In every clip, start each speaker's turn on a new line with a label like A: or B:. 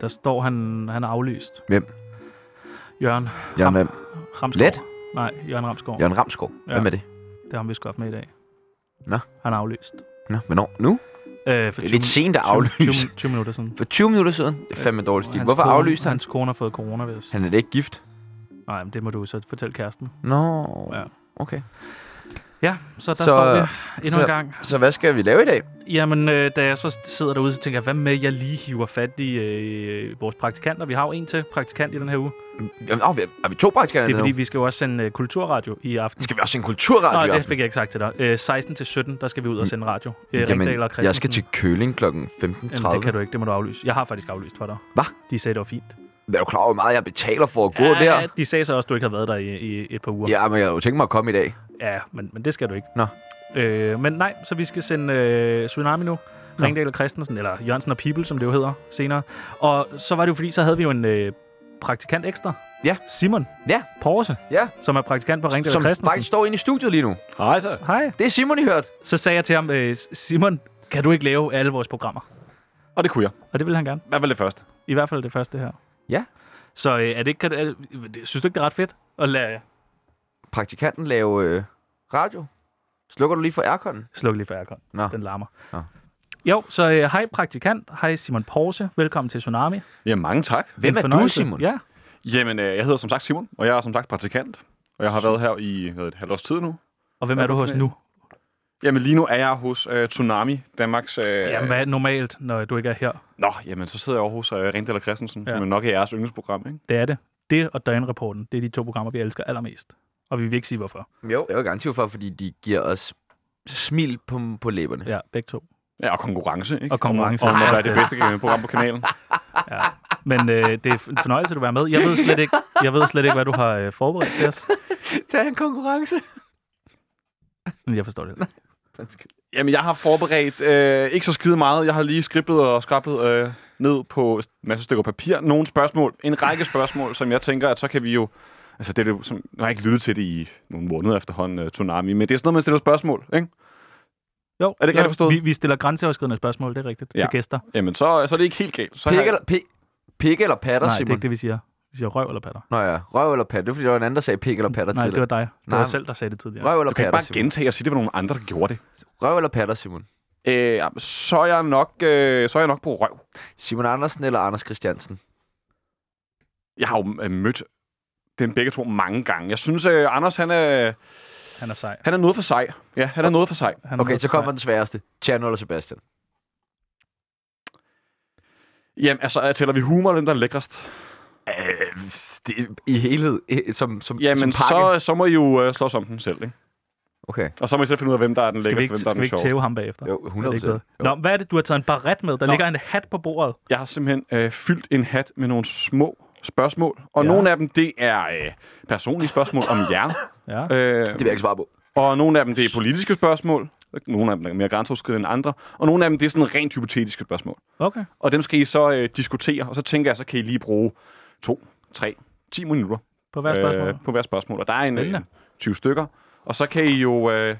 A: Der står, han, han er aflyst.
B: Hvem?
A: Jørgen
B: Jørgen hvem?
A: Ramskov.
B: Let?
A: Nej, Jørgen Ramskov. Ja.
B: Jørgen Ramskov.
A: Ja.
B: øh, Hvem er det?
A: Det har ham, vi skulle have haft med i dag.
B: Nå.
A: Han er aflyst.
B: Nå, hvornår? Nu?
A: Øh, for
B: Det er lidt sent at
A: 20,
B: aflyse.
A: 20, 20 minutter siden.
B: For 20 minutter siden? Det er
A: Ja.
B: fandme dårlig stil.
A: Hans
B: Hvorfor
A: kone-
B: aflyste han?
A: Hans kone har fået corona, hvis.
B: Han er da ikke gift.
A: Nej, men det må du så fortælle kæresten.
B: Nå,
A: Ja.
B: okay.
A: Ja, så der så,
B: Så-
A: står vi endnu
B: så-
A: en gang.
B: Så hvad skal vi lave i dag?
A: Jamen, øh, da jeg så sidder derude, så tænker jeg, hvad med, jeg lige hiver fat i øh, vores praktikanter. Vi har jo en til praktikant i den her uge.
B: Jamen, oh, er vi to praktikanter
A: Det er
B: nu?
A: fordi, vi skal jo også sende øh, kulturradio i aften.
B: Skal vi også en kulturradio
A: Nej,
B: i
A: det
B: aften?
A: fik jeg ikke sagt til dig. Øh, 16 til 17, der skal vi ud og sende radio. Øh, Ringdal og
B: Jamen, jeg
A: Christensen.
B: skal til Køling kl. 15.30.
A: Jamen, det kan du ikke, det må du aflyse. Jeg har faktisk aflyst for dig.
B: Hva?
A: De sagde, det var fint.
B: Er du klar over, hvor meget jeg betaler for at gå der?
A: de sagde så også, at du ikke havde været der i, i et par uger.
B: Ja, men jeg havde jo tænkt mig at komme i dag.
A: Ja, men, men det skal du ikke.
B: Nå.
A: Øh, men nej, så vi skal sende øh, Tsunami nu.
B: Nå.
A: Ringdal og Christensen, eller Jørgensen og People, som det jo hedder senere. Og så var det jo fordi, så havde vi jo en øh, praktikant ekstra.
B: Ja.
A: Simon.
B: Ja.
A: Porse.
B: Ja.
A: Som er praktikant på Ringdal og
B: Som
A: Christensen.
B: faktisk står inde i studiet lige nu.
C: Hej så.
A: Hej.
B: Det er Simon, I hørt.
A: Så sagde jeg til ham, øh, Simon, kan du ikke lave alle vores programmer?
C: Og det kunne jeg.
A: Og det ville han gerne.
C: I hvert fald det første.
A: I hvert fald det første her.
B: Ja.
A: Så øh, er det ikke, kan, er, det- synes du ikke, det er ret fedt at lade...
B: Praktikanten lave øh, radio. Slukker du lige for airconen?
A: Sluk lige for aircon.
B: Nå.
A: Den larmer.
B: Nå.
A: Jo, så øh, hej praktikant. Hej Simon Porse. Velkommen til Tsunami.
C: Ja, mange tak.
B: Hvem
A: En
B: er du,
A: fornøjelse.
B: Simon?
A: Ja.
C: Jamen, øh, jeg hedder som sagt Simon, og jeg er som sagt praktikant. Og jeg har været her i hvad, et halvt års tid nu.
A: Og hvem er
C: Ja,
A: du hos
C: okay.
A: nu?
C: Jamen, lige nu er jeg hos øh, Tsunami, Danmarks... Øh,
A: Jamen, hvad er normalt, når du ikke er her?
C: Nå, jamen, så sidder jeg over hos øh, Rindel og Christensen,
A: Ja.
C: ja. som jo nok er jeres yndlingsprogram, ikke?
A: Det er det. Det og Døgnrapporten, det er de to programmer, vi elsker allermest. Og vi vil ikke sige, hvorfor.
B: Jo. Jeg er jo garantiv for, fordi de giver os smil på, på læberne.
A: Ja, begge to.
C: Ja, og konkurrence, ikke?
A: Og konkurrence.
C: Om, om, om at
A: Ah,
C: være det bedste program på kanalen.
A: Ja. Men øh, det er en fornøjelse, at du er med. Jeg ved slet ikke, jeg ved slet ikke hvad du har øh, forberedt til os.
B: Det er en konkurrence.
A: Men jeg forstår det heller ikke.
C: Jamen, jeg har forberedt øh, ikke så skide meget. Jeg har lige skriblet og skrablet øh, ned på en masse stykker papir. Nogle spørgsmål, en række spørgsmål, som jeg tænker, at så kan vi jo... Altså, det er jo, som, nu har jeg ikke lyttet til det i nogle måneder efterhånden, øh, Tsunami, men det er sådan noget, man stiller spørgsmål, ikke?
A: Jo,
C: Er det ikke
A: jo,
C: rigtigt forstået?
A: Vi, vi stiller grænseoverskridende spørgsmål, det er rigtigt, ja.
C: Ja.
A: til gæster.
C: Jamen, så, så er det ikke helt galt. Så har
B: Pik
C: jeg-
B: eller, pik, pik eller patter,
A: Nej, det er
B: Simon?
A: ikke det, vi siger. Vi siger røv eller patter.
B: Nå ja, røv eller patter. Det er fordi, der var en anden, der sagde pik eller patter
A: Nej,
B: til
A: det var dig. Det
B: Nej.
A: var selv, der sagde det tidligere.
B: Røv eller
C: Du kan ikke
B: patter,
C: bare
B: Simon?
C: gentage og sige, det var nogle andre, der gjorde det.
B: Røv eller patter, Simon?
C: Øh, jamen, så, er jeg nok, øh, så er jeg nok på røv.
B: Simon Andersen eller Anders Christiansen?
C: Jeg har jo øh, mødt den begge to mange gange. Jeg synes, øh, Anders, han er,
A: Han er sej.
C: han er noget for sig. Ja, han er noget for sig.
A: Han er
B: Okay,
A: noget
B: så
A: sej.
B: kommer den sværeste. Tjerno eller Sebastian?
C: Jamen, altså, tæller vi humor, eller hvem der er lækrest?
B: Øh, det, I helhed, øh, som, som, som
C: Jamen,
B: pakke.
C: så, så må I jo øh, slås om den selv, ikke?
B: Okay,
C: Og så må I selv finde ud af, hvem der er den
A: Skal vi
C: lækkerste,
A: ikke, skal
C: hvem der er den
A: vi ikke
C: sjoveste.
A: tæve ham bagefter?
B: jo,
A: Er det
B: 100
A: ikke bedre?
B: procent.
A: Nå, hvad er det, du har taget en baret med? Der
C: Nå.
A: ligger en hat på bordet.
C: Jeg har simpelthen øh, fyldt en hat med nogle små spørgsmål. Og
A: Ja.
C: ja. nogle af dem, det er øh, personlige spørgsmål om jer.
A: Ja.
C: Øh,
B: Det vil jeg ikke svare på.
C: og nogle af dem, det er politiske spørgsmål. Nogle af dem er mere grænseoverskridende end andre. Og nogle af dem, det er sådan rent hypotetiske spørgsmål.
A: Øh, Okay.
C: Og dem skal I så øh, diskutere. Og så tænker jeg, så kan I lige bruge to, tre, ti minutter
A: På hver spørgsmål.
C: øh, på hver spørgsmål. Og der er en, øh,
A: Spændende.
C: 20 stykker. Og så kan I jo... Øh,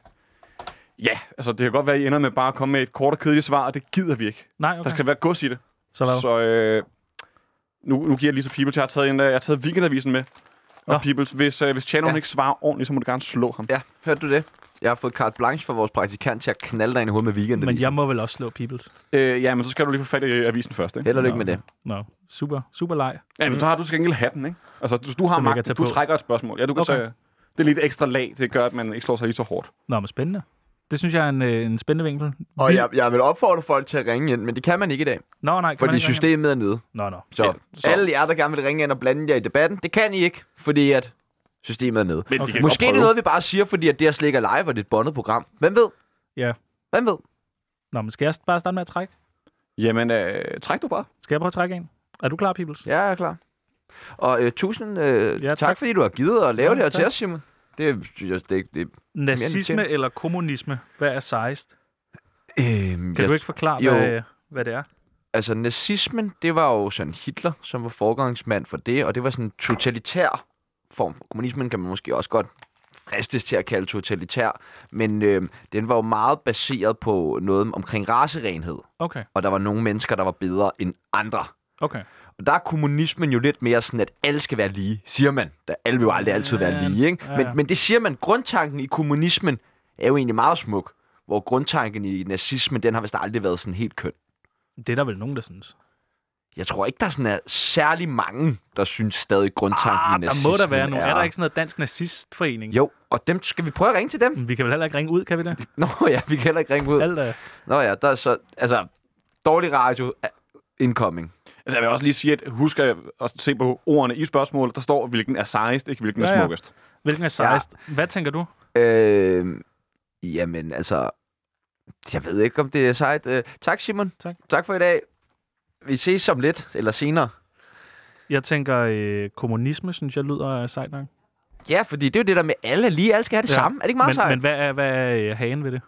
C: ja, altså det kan godt være, at I ender med bare at komme med et kort og kedeligt svar, og det gider vi ikke.
A: Nej,
C: Okay. Der
A: okay.
C: skal være gods i det.
A: Så hvad?
C: Så øh, nu, nu giver jeg lige til People, jeg har taget, en, øh, jeg har taget weekendavisen med. Og
A: Nå.
C: Peoples, hvis, øh, hvis Chano
B: Ja.
C: ja. ikke svarer ordentligt, så må du gerne slå ham.
B: Ja, hørte du det? Jeg har fået carte blanche fra vores praktikant til at knalde dig ind i hovedet med weekenden.
A: Men jeg må vel også slå Peoples.
C: Øh, ja, men så skal du lige få fat i øh, avisen først, ikke?
B: Held og lykke med det.
A: Nå, super, super leg.
C: Ja, men så har du til gengæld hatten, ikke? Altså, du, du har
A: Som jeg kan
C: magt,
A: tage
C: du
A: på.
C: trækker et spørgsmål. Ja, du kan
A: Okay.
C: okay. tage, øh, det er lidt ekstra lag, det gør, at man ikke slår sig lige så hårdt.
A: Nå, men spændende. Det synes jeg er en, øh, en spændende vinkel.
B: Og
A: Vi-
B: jeg, jeg vil opfordre folk til at ringe ind, men det kan man ikke i dag,
A: Nå, nej, kan man
B: fordi
A: ikke ringe
B: systemet er nede.
A: hjem? Nå, nå.
B: Så,
C: Ja,
B: så
C: så-
B: alle jer, der gerne vil ringe ind og blande jer i debatten, det kan I ikke, fordi at systemet er nede.
C: Men
A: Okay.
C: okay. kan
B: Måske
C: godt
B: det er
C: prøve.
B: noget, vi bare siger, fordi at det her slik er live, og det er et bondet program. Hvem ved?
A: Ja.
B: Hvem ved?
A: Nå, men skal jeg bare starte med at trække?
C: Jamen, øh, træk du bare.
A: Skal jeg prøve at trække en? Er du klar, Peoples?
B: Ja, jeg er klar. Og øh, tusind øh, ja,
A: Ja,
B: tak. tak,
A: tak.
B: fordi du har givet at lave
A: Ja,
B: det her
A: tak.
B: til os, Simon. Det, synes jeg, det, det,
A: Nazisme
B: tjent.
A: eller kommunisme? Hvad er sejst?
B: Øhm,
A: Kan
B: jeg-
A: du ikke forklare,
B: Jo.
A: hvad, hvad det er?
B: altså nazismen, det var jo sådan Hitler, som var forgangsmand for det, og det var sådan en totalitær form. Kommunismen kan man måske også godt fristes til at kalde totalitær, men øh, den var jo meget baseret på noget omkring racerenhed,
A: Okay,
B: og der var nogle mennesker, der var bedre end andre.
A: okay.
B: Og der er kommunismen jo lidt mere sådan, at alle skal være lige, siger man. Der alle vil jo aldrig altid
A: Ja,
B: være lige, ikke?
A: ja, ja.
B: Men, men det siger man. Grundtanken i kommunismen er jo egentlig meget smuk. Hvor grundtanken i nazismen, den har vist aldrig været sådan helt køn.
A: Det er der vel nogen, der synes.
B: Jeg tror ikke, der sådan er særlig mange, der synes stadig grundtanken
A: Ah,
B: i
A: der
B: nazismen
A: må der være nogen.
B: Er...
A: Er der ikke sådan noget dansk nazistforening?
B: Jo, og dem skal vi prøve at ringe til dem.
A: Men Vi kan vel heller ikke ringe ud, kan vi det?
B: Nå ja, vi kan heller ikke ringe ud.
A: Alt er...
B: Nå ja, der er så... Altså, dårlig radio er incoming.
C: Altså, jeg vil også lige sige, at husk at at se på ordene i spørgsmålet. Der står, hvilken er sejest, ikke hvilken
A: Ja,
C: er
A: ja.
C: smukkest.
A: Hvilken er sejst? Ja. Hvad tænker du?
B: Øh, jamen, altså... Jeg ved ikke, om det er sejt. Øh, tak, Simon.
A: Tak.
B: tak for i dag. Vi ses om lidt, eller senere.
A: Jeg tænker, øh, kommunisme, synes jeg, lyder øh, sejt nok.
B: Ja, fordi det er jo det der med alle er lige, alle skal have det
A: Ja.
B: ja. samme. Er det ikke meget
A: men,
B: sejt?
A: men hvad er, hvad er øh, hagen ved det?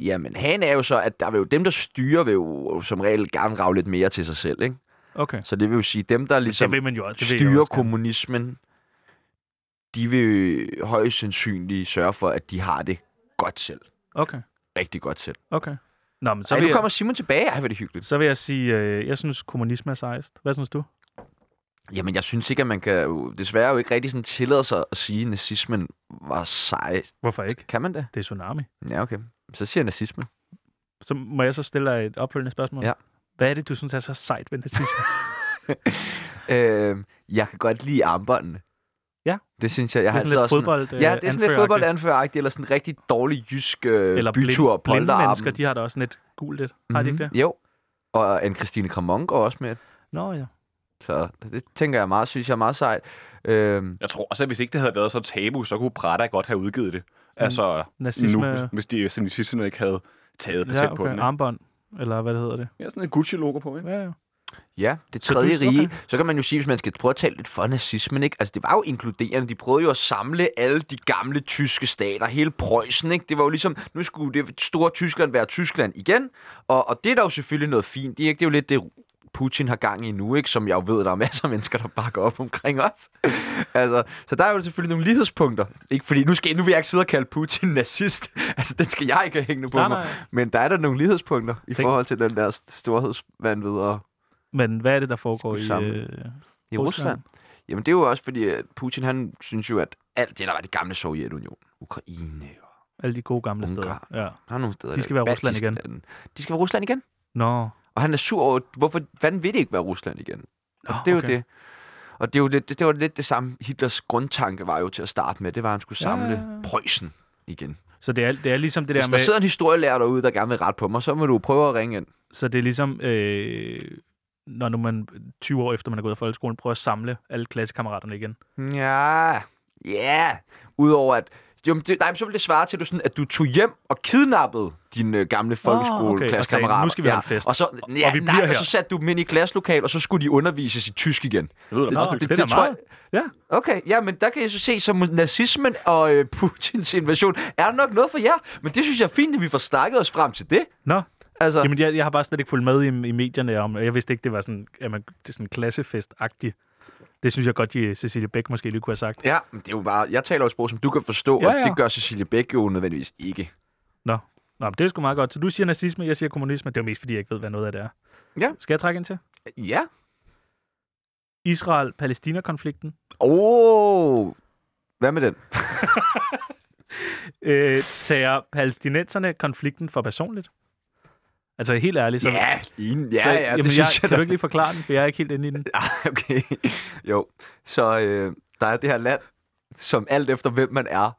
B: Jamen, han er jo så, at der vil jo dem, der styrer, vil jo som regel gerne rave lidt mere til sig selv, ikke?
A: Okay.
B: Så det vil jo sige, dem, der
A: Det
B: ligesom
A: vil man jo også. Det vil jeg
B: styrer
A: også gerne.
B: kommunismen, de vil højst sandsynligt sørge for, at de har det godt selv.
A: Okay,
B: Rigtig godt selv.
A: okay. Nå, men så
B: Så Ej,
A: vil
B: nu
A: jeg...
B: kommer Simon tilbage. Ej, hvor er det hyggeligt.
A: Så vil jeg sige, øh, jeg synes, kommunisme er sejst. Hvad synes du?
B: Jamen, jeg synes ikke, at man kan jo desværre jo ikke rigtig sådan tillade sig at sige, at nazismen var sej.
A: Hvorfor ikke?
B: Kan man det?
A: Det er tsunami.
B: Ja, okay. Så siger jeg nazisme.
A: Så må jeg så stille dig et opfølgende spørgsmål?
B: Ja.
A: Hvad er det, du synes er så sejt ved nazisme?
B: Øh, jeg kan godt lide armbåndene.
A: Ja.
B: Det synes jeg. Jeg
A: det
B: har
A: er sådan
B: altid
A: lidt
B: også sådan-
A: fodbold øh,
B: Ja, det er sådan lidt
A: anføreragtigt.
B: fodboldanføreragtigt, eller sådan en rigtig dårlig jysk øh,
A: Eller
B: bytur Mhm.
A: blind, blinde mennesker,
B: polterarmen.
A: de har da også sådan et gult lidt. Har de ikke det?
B: Jo. Og en Christine Kramon går også med.
A: Nå ja.
B: Så det tænker jeg meget, synes jeg er meget sejt. Øhm,
C: Jeg tror også, at hvis ikke det havde været så tabu, så kunne Prada godt have udgivet det.
A: Mm.
C: Altså,
A: Nazisme...
C: nu, hvis de sådan, sidste ikke havde taget patent
A: ja,
C: på den.
A: okay.
C: ikke?
A: Armbånd. Eller hvad det hedder det?
C: Ja, sådan et Gucci-logo på, ikke?
A: Ja, ja.
B: ja, det
A: Så du-
B: tredje rige.
A: okay.
B: Så kan man jo sige, hvis man skal prøve at tale lidt for nazismen, ikke? Altså, det var jo inkluderende. De prøvede jo at samle alle de gamle tyske stater, hele Preussen, ikke? Det var jo ligesom, nu skulle det store Tyskland være Tyskland igen. Og, og det er da jo selvfølgelig noget fint, ikke? Det er jo lidt det, Putin har gang i nu, ikke? Som jeg jo ved, der er masser af mennesker, der bakker op omkring os. altså, så der er jo selvfølgelig nogle lighedspunkter. Ikke? Fordi nu, skal, nu vil jeg ikke sidde og kalde Putin nazist. altså, den skal jeg ikke have hængende på
A: Nej,
B: mig.
A: nej.
B: Men der er der nogle lighedspunkter i
A: Tænk-
B: forhold til den der storhedsvandvid og
A: Men hvad er det, der foregår
B: Skulle
A: i...
B: samle.
A: Øh,
B: i
A: Rusland.
B: Rusland. Rusland. Jamen det er jo også fordi, at Putin han synes jo, at alt det, der var det gamle Sovjetunionen, Ukraine, og
A: alle de gode gamle
B: Ungarn.
A: steder? Ja.
B: der er nogle steder.
A: De skal være
B: baltiske
A: Rusland igen.
B: lande. De skal være Rusland igen.
A: Nå.
B: Og han er sur over, hvorfor fanden vil det ikke være Rusland igen? Og det er jo
A: okay.
B: det. Og det, er jo lidt, det, det var lidt det samme, Hitlers grundtanke var jo til at starte med. Det var, at han skulle
A: Ja, ja,
B: samle
A: ja.
B: Preussen igen.
A: Så det er, det er ligesom det der
B: Hvis der
A: med...
B: sidder en historielærer derude, der gerne vil rette på mig, så må du prøve at ringe ind.
A: Så det er ligesom, øh, når nu man 20 år efter man er gået af folkeskolen, prøver at samle alle klassekammeraterne igen.
B: Ja, ja. Udover at... Jo, men det, nej, men så ville det svare til, at du, sådan, at du tog hjem og kidnappede dine øh, gamle
A: og
B: folkeskoleklassekammerater.
A: sagde, "Nu skal vi holde fest."
B: Og, så,
A: Og-
B: ja,
A: og vi
B: nej,
A: bliver
B: og
A: her.
B: så satte du dem ind i et klasselokal, og så skulle de undervises i tysk igen.
C: Det lyder
A: Nå,
C: da meget
A: det,
C: hyggeligt.
A: det, det, det
B: tror
A: meget.
B: Okay, ja, men der kan jeg så se, som nazismen og øh, Putins invasion er nok noget for jer. Men det synes jeg er fint, at vi får snakket os frem til det.
A: Nå,
B: Altså,
A: jamen jeg, jeg har bare slet ikke fulgt med i, i medierne om, jeg vidste ikke, det var sådan, at man, det er sådan klassefest-agtigt. Det synes jeg godt, de Cecilie Bæk måske lige kunne have sagt.
B: ja, men det er jo bare... Jeg taler jo et sprog, som du kan forstå,
A: Ja,
B: og
A: ja.
B: det gør Cecilie Bæk jo nødvendigvis ikke.
A: Nå, Nå men det er sgu meget godt. Så du siger nazisme, jeg siger kommunisme. Det er jo mest, fordi jeg ikke ved, hvad noget af det er.
B: Ja.
A: Skal jeg trække ind til?
B: Ja.
A: Israel-Palæstina-konflikten.
B: Åh... Oh, hvad med den?
A: Øh, tager palæstinenserne konflikten for personligt? Altså helt ærligt, så...
B: Ja, en, ja,
A: så,
B: så, ja,
A: jamen,
B: det synes jeg,
A: Kan
B: da.
A: du ikke lige forklare den, for jeg er ikke helt inde i den.
B: Ah, okay. Jo, så øh, der er det her land, som alt efter hvem man er,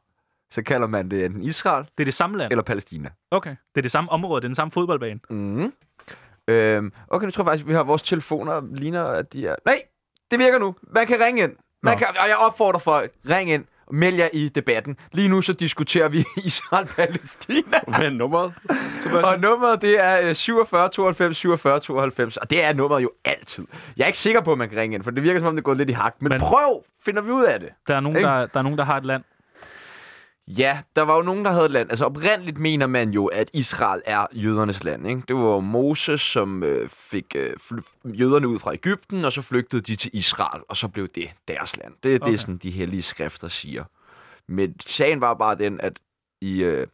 B: så kalder man det enten Israel
A: Det er det samme land?
B: eller Palæstina.
A: Okay. Det er det samme område, det er den samme fodboldbane.
B: Mm. Øhm, okay, nu tror jeg faktisk, vi har vores telefoner, ligner at de er... Nej, det virker nu. Man kan ringe ind. Man
A: Nå.
B: kan, og jeg opfordrer folk, ring ind og meld jer i debatten. Lige nu så diskuterer vi Israel-Palæstina.
C: Hvad er nummeret?
B: Og
C: Sebastian?
B: nummeret, det er øh, 47 92 47 92, og det er nummeret jo altid. Jeg er ikke sikker på, at man kan ringe ind, for det virker som om, det går lidt i hak. Men,
A: Men-
B: men... prøv, finder vi ud af det.
A: Der er, nogen,
B: Ikke?
A: der, der er nogen, der har et land.
B: Ja, der var jo nogen, der havde et land. Altså oprindeligt mener man jo, at Israel er jødernes land. Ikke? Det var jo Moses, som øh, fik øh, fly- jøderne ud fra Ægypten, og så flygtede de til Israel, og så blev det deres land. Det, okay. det
A: Okay.
B: er sådan, de hellige skrifter siger. Men sagen var bare den, at i... Øh,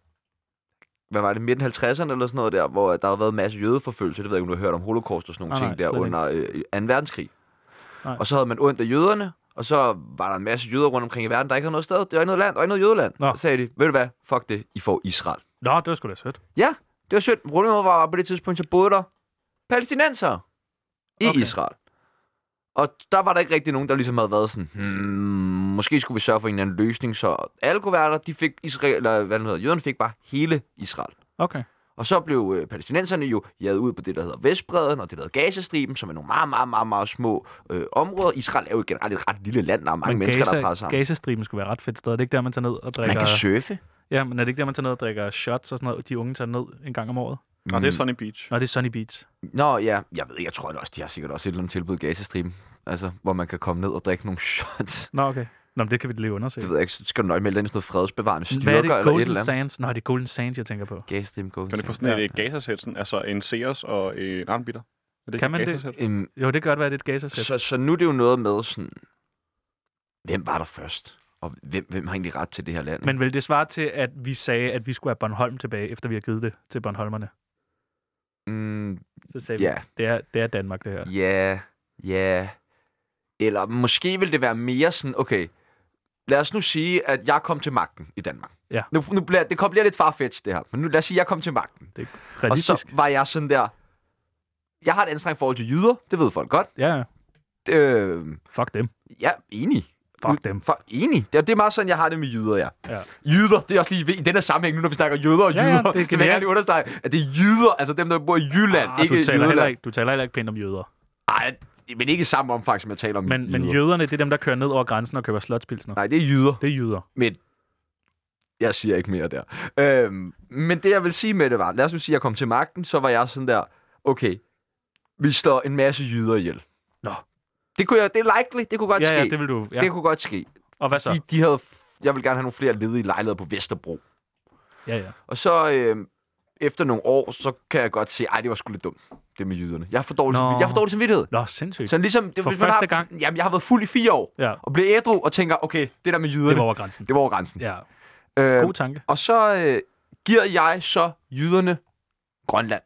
B: hvad var det, midten 50'erne eller sådan noget der, hvor der har været en masse jødeforfølgelse. Det ved jeg ikke, om du har hørt om holocaust og sådan nogle
A: Nej,
B: ting
A: nej,
B: der
A: slet
B: under øh, 2. verdenskrig.
A: Nej.
B: Og så havde man ondt af jøderne, og så var der en masse jøder rundt omkring i verden, der ikke havde noget sted. Det var ikke noget land, der var ikke noget jødeland.
A: Nå.
B: Så sagde de, ved du hvad, fuck det, I får Israel.
A: Nå, det var sgu da sødt.
B: Ja, det var sødt. Problemet var på det tidspunkt, så boede der palæstinenser i
A: Okay.
B: okay. Israel. Og der var der ikke rigtig nogen, der ligesom havde været sådan, hmm, måske skulle vi sørge for en eller anden løsning, så alle kunne være der. De fik Israel, eller hvad det nu hedder, jøderne fik bare hele Israel.
A: Okay.
B: Og så blev øh, palæstinenserne jo jaget ud på det, der hedder Vestbreden og det, der hedder Gazastriben, som er nogle meget, meget, meget, meget små øh, områder. Israel er jo generelt et ret lille land, der er mange
A: Men
B: mennesker, der er
A: Gaza,
B: presset sammen.
A: Gazastriben skulle være et ret fedt sted. Er det ikke der, man tager ned og drikker...
B: Man kan surfe.
A: Ja, men er det ikke der, man tager ned og drikker shots og sådan noget, de unge tager ned en gang om året?
C: Nå, det er Sunny Beach.
A: Nå, det er Sunny Beach.
B: Nå ja, jeg ved, jeg tror da også, de har sikkert også et eller andet tilbud i Gazastriben. Altså, hvor man kan komme ned og drikke nogle shots.
A: Nå, okay. Nå, men det kan vi lige undersøge.
B: Det ved jeg ikke, så skal du nøje melde dig ind i sådan noget fredsbevarende
A: Hvad er det?
B: styrker eller et
A: Golden
B: eller andet.
A: Sands? Nå, det er Golden Sands, jeg tænker på.
B: Gazastriben,
C: Kan
B: Golden
C: det få
B: Sand.
C: sådan et gazersæt, sådan, altså en Sears og øh, en armbitter? Er det
A: Kan man det?
B: Øhm,
A: Jo, det kan godt være, det er et gazasæt.
B: så, så nu er det jo noget med sådan, hvem var der først? Og hvem, hvem har egentlig ret til det her land? ikke?
A: Men vil det svare til, at vi sagde, at vi skulle have Bornholm tilbage, efter vi har givet det til Bornholmerne?
B: mm,
A: Så sagde
B: ja.
A: vi, det er, det er Danmark, det her.
B: Ja, ja. Eller måske vil det være mere sådan, okay, lad os nu sige, at jeg kom til magten i Danmark.
A: Ja.
B: Nu, nu bliver, det kom, bliver lidt farfetched det her, men nu lad os sige, at jeg kom til magten.
A: Det er
B: Og
A: realistisk.
B: så var jeg sådan der, jeg har et anstrengt forhold til jyder, det ved folk godt.
A: Ja, ja.
B: Øh,
A: fuck dem.
B: ja, enig.
A: Fuck dem.
B: For, enig. Det er, det er meget sådan, jeg har det med jyder, ja.
A: Ja.
B: Jyder, det er også lige ved- i den her sammenhæng, nu når vi snakker jøder og
A: Ja,
B: jyder,
A: ja, det er
B: det, det vil jeg
A: genialt.
B: gerne lige understrege, at det er jyder, altså dem, der bor i Jylland,
A: Ah,
B: ikke
A: du, taler heller
B: Jylland.
A: ikke, du taler heller ikke pænt om jøder.
B: Nej, men ikke i samme omfang, som jeg taler om
A: Men, men jøderne, det er dem, der kører ned over grænsen og køber slotspilsner.
B: Nej, det er jyder.
A: Det er jøder.
B: Men jeg siger ikke mere der. Øhm, men det, jeg vil sige med det var, lad os nu sige, at jeg kom til magten, så var jeg sådan der, okay, vi står en masse jyder ihjel.
A: Nå.
B: Det, kunne jeg, det er likely, det kunne godt
A: Ja,
B: ske.
A: ja, det vil du. Ja. Altså.
B: det kunne godt ske.
A: Og hvad så?
B: De, de havde, jeg vil gerne have nogle flere ledige lejligheder på Vesterbro.
A: Ja, ja.
B: Og så øh, efter nogle år, så kan jeg godt se, ej, det var sgu lidt dumt, det med jyderne. Jeg har for dårlig,
A: Nå.
B: samvittighed. jeg har for dårlig samvittighed.
A: Nå, sindssygt.
B: Så ligesom, det,
A: For
B: hvis man har,
A: første gang?
B: Jamen, jeg har været fuld i fire år,
A: Ja,
B: og bliver ædru og tænker, okay, det der med jyderne,
A: det var over grænsen.
B: det var over grænsen.
A: Ja,
B: Øh,
A: god tanke.
B: Og så øh, giver jeg så jyderne Grønland.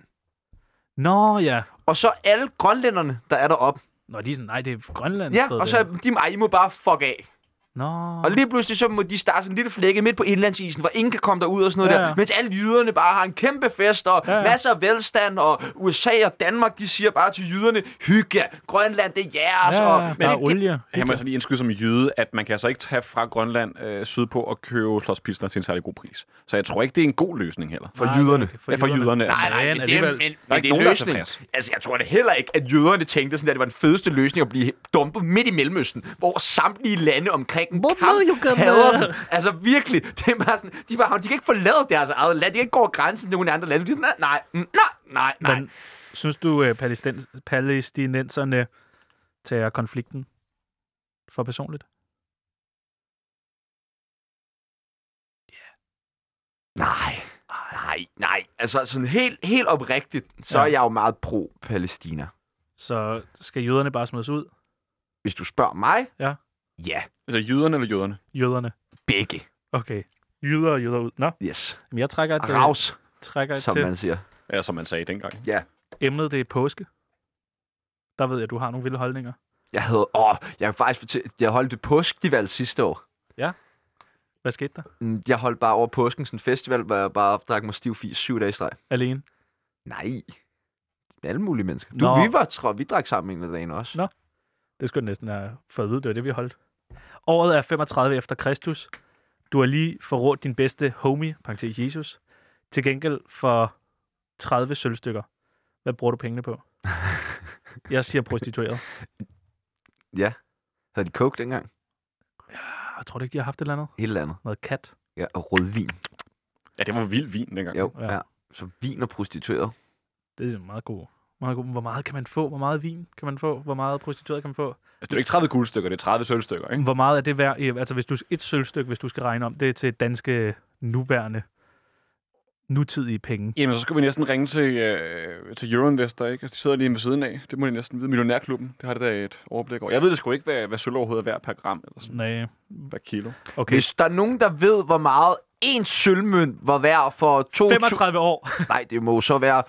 A: Nå, ja.
B: Og så alle grønlænderne, der er deroppe.
A: Nå, de er sådan, nej, det er Grønland.
B: Ja, og så er de, ej, I må bare fuck af.
A: Nå.
B: Og lige pludselig så må de starte sådan en lille flække midt på indlandsisen, hvor ingen kan komme derud og sådan noget
A: Ja,
B: ja, ja.
A: ja.
B: der. Mens alle jyderne bare har en kæmpe fest og
A: Ja,
B: ja,
A: ja.
B: ja. masser af velstand. Og USA og Danmark, de siger bare til jyderne, hygge, jer. Grønland, det er jeres.
A: ja,
B: altså, og,
A: ja,
B: men
A: der er
B: det,
A: olie.
C: Jeg må altså lige indskyde som jøde, at man kan altså ikke tage fra Grønland øh, sydpå og købe slåspilsner til en særlig god pris. Så jeg tror ikke, det er en god løsning heller.
B: For
A: Nej, det er
B: jyderne.
A: rigtigt,
C: For, ja, for jyderne.
B: Nej,
C: altså.
B: nej,
A: Men
B: men det, er,
A: alligevel,
B: men, men
C: der er
B: det
C: ikke
B: er
C: nogen, der er
B: løsningen.
C: tilfredse.
B: Altså, jeg tror da heller ikke, at jøderne tænkte, sådan, at det var den fedeste løsning at blive dumpet midt i Mellemøsten, hvor samtlige lande omkring en
A: Hvor blev you
B: kamp
A: gonna-
B: hader dem. Altså, virkelig. Det er bare sådan, de, bare, de kan ikke forlade deres eget land. De kan ikke gå over grænsen til nogen andre lande. De er sådan, nej, mm, nej, nej, nej.
A: Men synes du, øh, palæstin- palæstinenserne tager konflikten for personligt?
B: Nej, nej, nej. Altså, sådan helt, helt oprigtigt, så
A: Ja.
B: er jeg jo meget pro-Palæstina.
A: Så skal jøderne bare smides ud?
B: Hvis du spørger mig,
A: Ja.
B: ja,
C: Altså jøderne eller jøderne?
A: Jøderne.
B: begge.
A: Okay. Jøder og jøder ud. Nå,
B: Yes.
A: men jeg trækker et, øh,
B: Raus,
A: trækker et
B: som
A: til.
B: man siger.
C: Ja, som man sagde dengang.
A: Emnet, det er påske. Der ved jeg, at du har nogle vilde holdninger.
B: Jeg havde, åh, jeg kan faktisk fortælle, jeg holdt et påskedival sidste år.
A: Hvad skete der?
B: Mm, Jeg holdt bare over påsken sådan en festival, hvor jeg bare drak mig stiv fis syv dage i streg.
A: Alene?
B: Nej. Med Alle mulige mennesker. Du,
A: Nå.
B: vi var, tror, vi drak sammen en af dagen også.
A: Nå. Det skulle jeg næsten have fået at vide, det var det, vi holdt. Året er 35 efter Kristus. Du har lige forrådt din bedste homie, parentes Jesus, til gengæld for 30 sølvstykker. Hvad bruger du pengene på? jeg siger prostitueret.
B: Havde de coke dengang?
A: Jeg Ah, tror du ikke, de har haft et eller andet?
B: Et eller andet.
A: Noget kat?
B: Ja, og rødvin.
C: Ja, det var vild vin dengang.
B: Jo,
A: Ja.
B: ja. ja. Så vin og prostitueret.
A: Det er meget god. Meget god. Hvor meget kan man få? Hvor meget vin kan man få? Hvor meget prostitueret kan man få?
C: Altså, det er jo ikke 30 guldstykker, det er 30 sølvstykker, ikke?
A: Hvor meget er det værd? i- Altså, hvis du, et sølvstykke, hvis du skal regne om, det er til danske nuværende, nutidige penge.
C: Jamen, så skal vi næsten ringe til, øh, til Euroinvestor, ikke? Altså, de sidder lige ved siden af. Det må de næsten vide. Millionærklubben, det har det da et overblik over. Jeg ved det sgu ikke, hvad, hvad sølv overhovedet er værd per gram eller sådan,
A: Nej,
C: per kilo.
A: okay.
B: Hvis der er nogen, der ved, hvor meget en sølvmønt var værd for to...
A: 35 år.
B: Nej, det må så være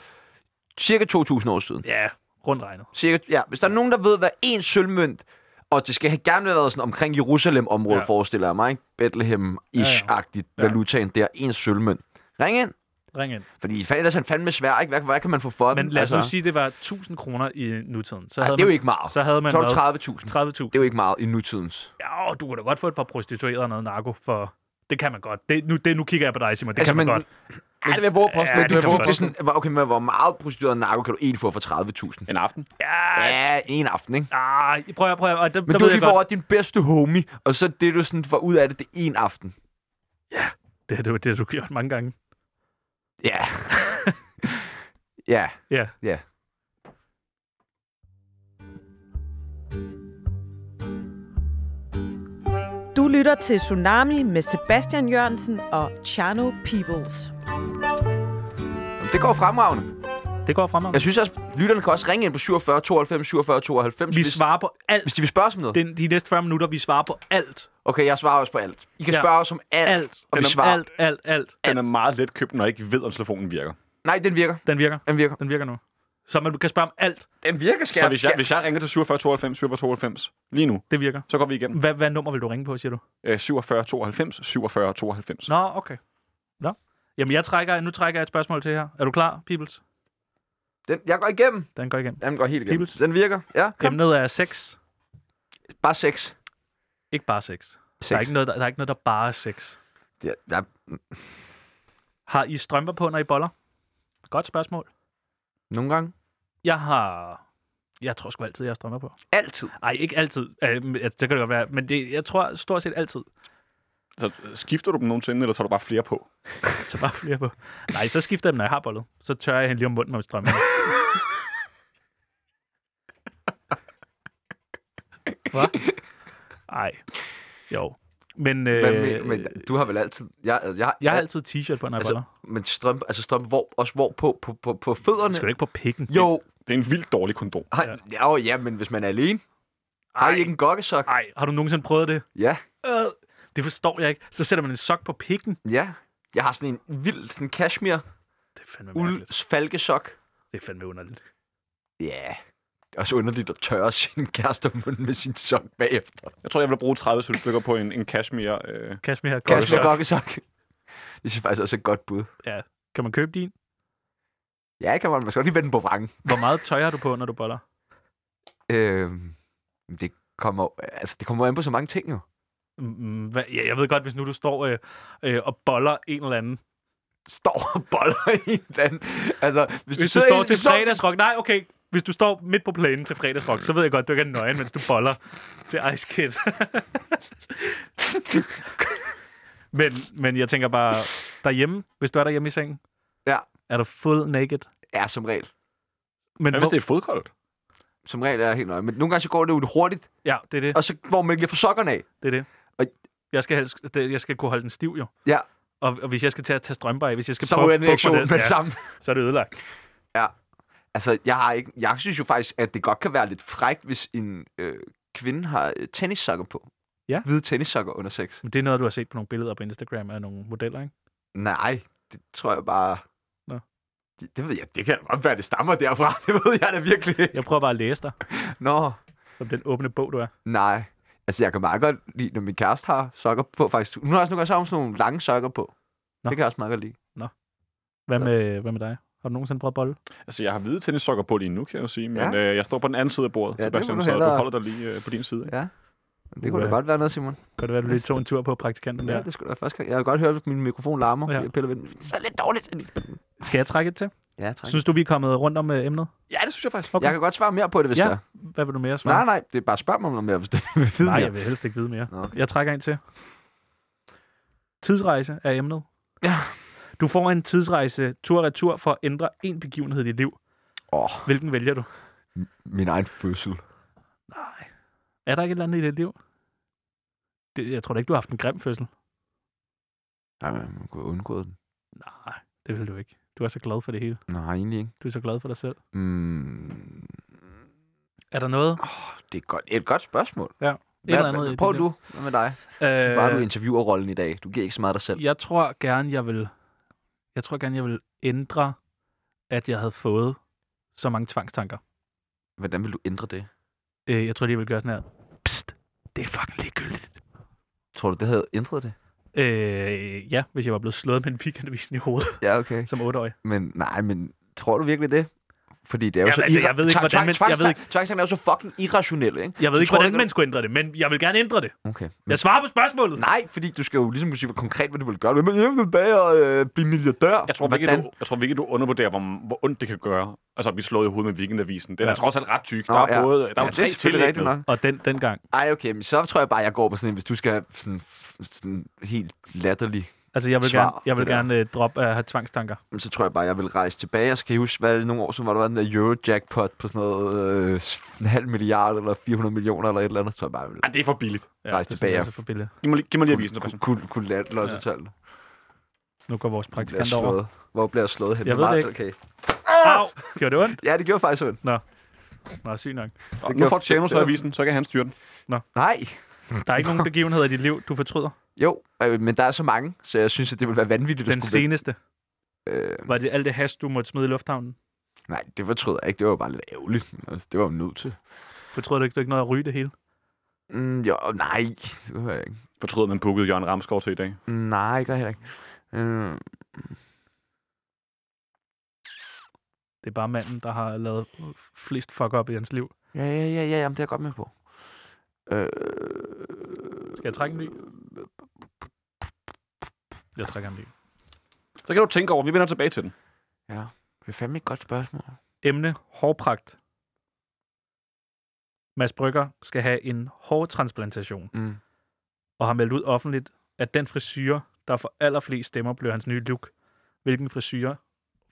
B: cirka 2.000 år siden.
A: Ja, rundt regnet.
B: Cirka, ja, hvis der er nogen, der ved, hvad en sølvmønt Og det skal have gerne været sådan omkring Jerusalem-området,
A: Ja.
B: ja. forestiller jeg mig, ikke? Bethlehem-ish-agtigt,
A: Ja, ja.
B: ja, valutan der, en sølvmønt. Ring ind,
A: Ring ind.
B: fordi fa- ellers er han fandme svær, ikke? Hvad, hvad kan man få for
A: Men
B: den? Altså,
A: lad os nu sige, at det var 1000 kroner i nutiden. Så
B: ej,
A: havde
B: det er jo
A: man,
B: ikke meget.
A: Så havde man
B: så er det
A: været
B: 30.000.
A: 30.000.
B: Det er jo ikke meget i nutidens.
A: Ja, åh, du kunne da godt få et par prostituerede og noget narko, for det kan man godt. Det, nu, det, nu kigger jeg på dig, Simon. Det
B: Altså,
A: kan man
B: men-
A: godt.
C: Ej, det vil jeg våge at påstå.
A: Ja,
C: det vil jeg
A: kan
C: våge
A: man godt.
B: det er
C: at påstå.
B: sådan, hvor- okay, men hvor meget prostitueret narko kan du egentlig få for 30.000?
C: En aften.
A: Ja,
B: Ja, en aften, ikke?
A: ah, prøv at prøv at og der,
B: Men
A: der
B: du
A: ved
B: er
A: jeg
B: lige
A: godt.
B: for din bedste homie, og så det, du sådan får ud af det, det er en aften.
A: Det, det, er jo det, du har gjort mange gange.
B: Ja. ja.
A: Ja.
B: Ja.
D: Du lytter til Tsunami med Sebastian Jørgensen og Chano Peoples.
B: Det går fremragende.
A: Det går fremad.
B: Jeg synes også, lytterne kan også ringe ind på 47 92 47 92,
A: Vi
B: hvis,
A: svarer på alt.
B: hvis de vil spørge os om noget.
A: Den, de næste 40 minutter, vi svarer på alt.
B: Okay, jeg svarer også på alt. I kan
A: Ja.
B: ja. spørge os om alt,
A: Alt.
B: og
C: Den
B: vi
C: er-
B: svarer. Alt.
A: Alt, alt, alt.
C: Den er meget let købt, når jeg ikke ved, om telefonen virker.
B: Nej, den virker.
A: Den virker.
B: Den virker.
A: Den virker nu. Så man kan spørge om alt.
B: Den virker, skal
C: Så hvis jeg, hvis jeg ringer til 47 92 47 92 lige nu,
A: Det virker.
C: så går vi igennem
A: Hvad, hvad nummer vil du ringe på, siger du?
C: øh, 47 92 47 92.
A: Nå, okay. Nå. Jamen, jeg trækker, nu trækker jeg et spørgsmål til her. Er du klar, Peoples?
B: Den, jeg går igennem.
A: Den går igennem.
B: Den går helt igennem.
A: Peoples.
B: Den virker. Ja, kom.
A: Emnet er sex.
B: Bare seks.
A: Ikke bare sex. Der er,
B: Seks.
A: ikke noget, der, der er ikke noget, der bare er sex.
B: Ja, ja.
A: Har I strømper på, når I boller? Godt spørgsmål.
B: Nogle gange.
A: Jeg har... Jeg tror sgu altid, jeg har strømper på.
B: Altid.
A: Nej, ikke altid. Øh, men, altså, det kan det godt være. Men det, jeg tror stort set altid.
C: Så skifter du dem nogensinde, eller tager du bare flere på?
A: Så bare flere på. Nej, så skifter jeg dem, når jeg har bollet. Så tørrer jeg hende lige om munden med strømper. Hvad? Nej. Jo. Men, øh,
B: Men, men, men du har vel altid... Jeg, altså, jeg,
A: jeg har altid t-shirt på, når jeg altså,
B: Altså,
A: boller.
B: men strømpe, altså strømpe hvor, også hvor på, på, på, på fødderne.
A: Skal du ikke på pikken?
B: Jo,
C: Det er en vildt dårlig kondom.
B: har, ja. Jo, ja, men hvis man er alene, har I ikke en gokkesok?
A: Nej, har du nogensinde prøvet det?
B: Ja,
A: Øh, det forstår jeg ikke. Så sætter man en sok på pikken.
B: ja. Jeg har sådan en vild sådan cashmere
A: Det er fandme
B: uld
A: mærkeligt.
B: falkesok.
A: Det er fandme underligt.
B: Ja. Det er også underligt at tørre sin kæreste om munden med sin sok bagefter.
C: Jeg tror, jeg vil bruge 30 sølvstykker på en, en cashmere. Øh.
A: Kashmir her.
B: Cashmere
A: Godt.
B: gokkesok. Det synes jeg faktisk også er et godt bud.
A: Kan man købe din?
B: Ja, kan man måske godt lige vende den på vrangen.
A: Hvor meget tøj har du på, når du boller?
B: Øhm, det kommer, altså, det kommer an på så mange ting jo.
A: Mm, Hvad, ja, jeg ved godt, hvis nu du står øh, øh, og boller en eller anden.
B: Står og boller i en eller anden. Altså,
A: Hvis
B: hvis,
A: du
B: sidder i
A: står
B: en-
A: til
B: så-
A: fredagsrock. Nej, okay. Hvis du står midt på plænen til fredagsrock, så ved jeg godt, du ikke er nøgen, mens du boller til Ice Kid. men, men jeg tænker bare, derhjemme, hvis du er derhjemme i sengen,
B: Ja.
A: er du full naked.
B: Ja, som regel.
A: Men
C: Hvad hvis
A: hvor-
C: det er fodkoldt?
B: Som regel er jeg helt nøje. Men nogle gange så går det jo hurtigt,
A: Ja, det er det.
B: og så hvor man ikke lige får sokkerne af.
A: Det er det. Og...
B: Og-
A: Jeg skal, helst, det, jeg skal kunne holde den stiv, jo.
B: Ja.
A: Og, og hvis jeg skal til at tage strømper af, hvis jeg skal
B: Så
A: bukke-
B: ryger den
A: bukke
B: reaktion
A: mig
B: med det
A: ja,
B: samme.
A: så er det ødelagt.
B: Altså, jeg, har ikke, jeg synes jo faktisk, at det godt kan være lidt frækt, hvis en øh, kvinde har øh, tennissokker på.
A: Ja.
B: Hvide tennissokker under sex.
A: Men det er noget, du har set på nogle billeder på Instagram af nogle modeller, ikke?
B: Nej, det tror jeg bare...
A: Nå.
B: Det, det ved jeg, det kan da godt være, det stammer derfra. Det ved jeg da virkelig ikke.
A: Jeg prøver bare at læse dig,
B: Nå,
A: som den åbne bog, du er.
B: nej. Altså, jeg kan meget godt lide, når min kæreste har sokker på, faktisk. Hun har også nogle gange så har hun sådan nogle lange sokker på.
A: Nå.
B: Det kan jeg også meget godt lide.
A: Hvad
B: Så.
A: med, hvad med dig? Har du nogensinde prøvet bolle?
C: Altså, jeg har hvide tennissokker på lige nu, kan jeg jo sige, men
B: Ja.
C: øh, jeg står på den anden side af bordet,
B: Ja,
C: ja,
B: det må
C: Sebastian,
B: du
C: så du
B: hellere.
C: holder dig lige øh, på din side. Ikke?
B: Ja. Det kunne da
A: Uha.
B: godt være noget, Simon.
A: Kan det være, du lige tog en tur på praktikanten
B: Ja,
A: der?
B: det skulle da første gang. Jeg har godt hørt, at min mikrofon larmer, fordi
A: Ja.
B: jeg piller ved den. Så er det lidt dårligt.
A: Skal jeg trække et til?
B: Ja, tak.
A: Synes du, vi er kommet rundt om øh, emnet?
C: Ja, det synes jeg faktisk.
A: Okay.
B: Jeg kan godt svare mere på det, hvis
A: Ja,
B: ja, det er.
A: Hvad vil du mere svare?
B: Nej, nej, det er bare spørg mig om noget mere, hvis du vil vide
A: nej
B: mere.
A: jeg vil helst ikke vide mere.
B: Nå, okay.
A: Jeg trækker en til. Tidsrejse er emnet.
B: Ja.
A: Du får en tidsrejse tur-retur for at ændre en begivenhed i dit liv.
B: Åh,
A: Hvilken vælger du?
B: min egen fødsel.
A: Nej. Er der ikke et eller andet i dit liv? Det, jeg tror da ikke, du har haft en grim fødsel.
B: Nej, men man kunne have undgået den.
A: Nej, det vil du ikke. Du er så glad for det hele.
B: Nej, egentlig ikke.
A: Du er så glad for dig selv.
B: Mm.
A: Er der noget?
B: Oh, det er godt, et godt spørgsmål.
A: Et eller andet i dit
B: prøv
A: liv?
B: du. Hvad med dig? Øh... Bare du interviewer rollen i dag. Du giver ikke så meget af dig selv.
A: jeg tror gerne, jeg vil... Jeg tror gerne, jeg vil ændre, at jeg havde fået så mange tvangstanker.
B: Hvordan vil du ændre det?
A: Øh, jeg tror, de vil gøre sådan her. Psst. Det er fucking ligegyldigt.
B: Tror du, det havde ændret det?
A: Øh, ja, hvis jeg var blevet slået med en weekendavisen i hovedet
B: Ja, okay.
A: som 8-årig.
B: Men nej, men tror du virkelig det? Fordi det er jo
A: Jamen,
B: så
A: altså, jeg ved ikke,
B: Tvang-
A: hvordan man-
B: tvang-
A: jeg ved
B: tvang- tvangstanken er jo så fucking irrationel, ikke?
A: Jeg ved
B: Så
A: ikke,
B: tror du
A: hvordan man skulle ændre det, men jeg vil gerne ændre det.
B: Okay. Men,
A: Jeg svarer på spørgsmålet.
B: nej, fordi du skal jo ligesom kunne sige hvor konkret, hvad du vil gøre. Men jeg vil bage og øh, blive milliardær.
C: Jeg tror,
B: hvordan?
C: virkelig, du, jeg tror virkelig, du undervurderer, hvor, hvor ondt det kan gøre. Altså, vi slået i hovedet med weekendavisen. Den er
A: Ja.
C: trods alt ret tyk.
B: Nå,
C: Der er
B: ja.
C: både, der er jo
B: ja,
C: tre
B: det er selvfølgelig
C: tillæg
B: rigtigt
C: med.
B: nok.
A: Og den, dengang.
B: Ej, okay, men så tror jeg bare, jeg går på sådan en, hvis du skal have sådan, f- sådan helt latterlig.
A: Altså, jeg vil
B: Svar,
A: gerne, jeg vil
B: det der.
A: gerne øh, droppe at have tvangstanker.
B: Men så tror jeg bare, jeg vil rejse tilbage. Og så kan I huske, hvad er det nogle år siden, hvor der var den der Eurojackpot på sådan noget øh, en halv milliard eller 400 millioner eller et eller andet. Så tror jeg bare, jeg vil
C: Ej, det er for billigt.
A: Ja,
B: Rejse
A: det synes
B: tilbage.
A: jeg også er for billigt.
C: Giv mig, lige- giv mig lige avisen,
B: kunne,
C: Sebastian.
B: kunne, kunne lade
A: Ja.
B: lottetallene.
A: Nu går vores
B: Hvor bliver jeg
A: praktikant over.
B: slået? Hvor bliver jeg slået hen?
A: Jeg ved det
B: Meget-
A: ikke.
B: Okay.
A: Au! Gjorde det ondt?
B: Ja, det gjorde faktisk ondt.
A: Nå, syg nok.
C: Og nu
B: gjorde-
C: får Tjano så
B: det-
C: avisen, så kan han styre den.
B: Nej.
A: Der er ikke nogen begivenheder i dit liv, du fortryder.
B: Jo, øh, men der er så mange, så jeg synes, at det ville være vanvittigt. at
A: Den
B: skulle
A: seneste.
B: Øh,
A: Var det alt det has, du måtte smide i lufthavnen?
B: nej, det fortryder jeg ikke. Det var jo bare lidt ærgerligt. Altså, det var jeg jo nødt til.
A: Fortryder du ikke, du ikke noget at ryge det hele?
B: Mm, jo, nej. Det var jeg ikke. Mm,
C: Fortryder, man bookede Jørgen Ramskov til i dag.
B: Nej, det gør jeg heller ikke. Øh,
A: Det er bare manden, der har lavet flest fuck-up i hans liv.
B: ja, ja, ja, ja, jamen, det er jeg godt med på. Øh,
A: Skal jeg trække en ny? Jeg trækker en ny.
C: Så kan du tænke over, vi vender tilbage til den.
B: ja, det er fandme et godt spørgsmål.
A: Emne hårpragt. Mads Brygger skal have en hårtransplantation
B: Mm.
A: og har meldt ud offentligt, at den frisyre, der får allerflest stemmer, bliver hans nye look. Hvilken frisyre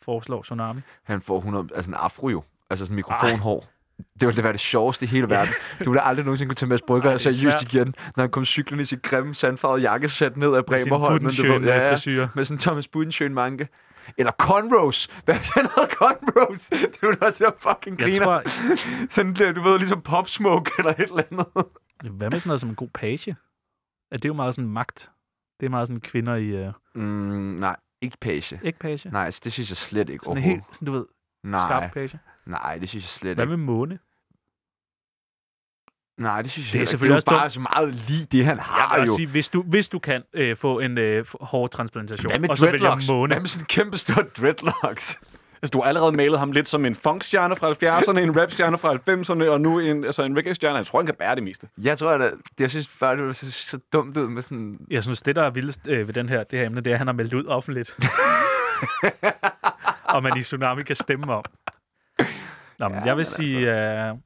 A: foreslår Tsunami?
B: Han får 100, altså en afro jo. Altså sådan en mikrofonhår. Det ville da være det sjoveste i hele verden. Du ville aldrig nogensinde kunne tage Mads Brygger
A: Ej, det er
B: seriøst
A: svært.
B: igen, når han kom cyklen i sit grimme sandfarvede jakkesæt ned ad
A: Med sin
B: Bremerholm. men
A: Budensjøen
B: ja, ja.
A: frisyre.
B: med sådan en Thomas Budensjøen manke. Eller Conrose. Hvad er sådan noget Conrose? Det ville også være fucking
A: Jeg
B: griner.
A: tror,
B: Sådan, der, du ved, ligesom popsmoke eller et eller andet.
A: hvad med sådan noget som en god page? At det er jo meget sådan magt. Det er meget sådan kvinder i øh,
B: Mm, nej, ikke page.
A: ikke page.
B: Nej, altså, det synes jeg slet ikke
A: Sådan en helt, sådan, du ved, skarp
B: Nej,
A: page.
B: nej, det synes jeg slet
A: Hvad
B: ikke.
A: med måne?
B: Nej, det synes jeg
A: Det er
B: heller ikke.
A: selvfølgelig
B: det er jo
A: også
B: bare så meget lige det, han
A: Jeg
B: har
A: vil
B: jo.
A: også sige, hvis du, hvis du kan øh, få en øh, f- hårtransplantation,
B: Hvad med
A: og så vælger
B: dreadlocks?
A: måne.
B: Hvad med sådan en kæmpe stor dreadlocks?
C: Altså, du har allerede malet ham lidt som en funkstjerne fra 70'erne, en rapstjerne fra 90'erne, og nu en, altså en reggae-stjerne. Jeg tror, han kan bære det meste.
B: Jeg tror, at øh, det, jeg synes bare, det var så, så dumt ud med sådan...
A: Jeg synes, det der er vildest øh, ved den her, det her emne, det er, at han har meldt ud offentligt. og man i Tsunami kan stemme om. Nå, men
B: Ja,
A: ja, jeg
B: men altså.
A: vil sige... Øh,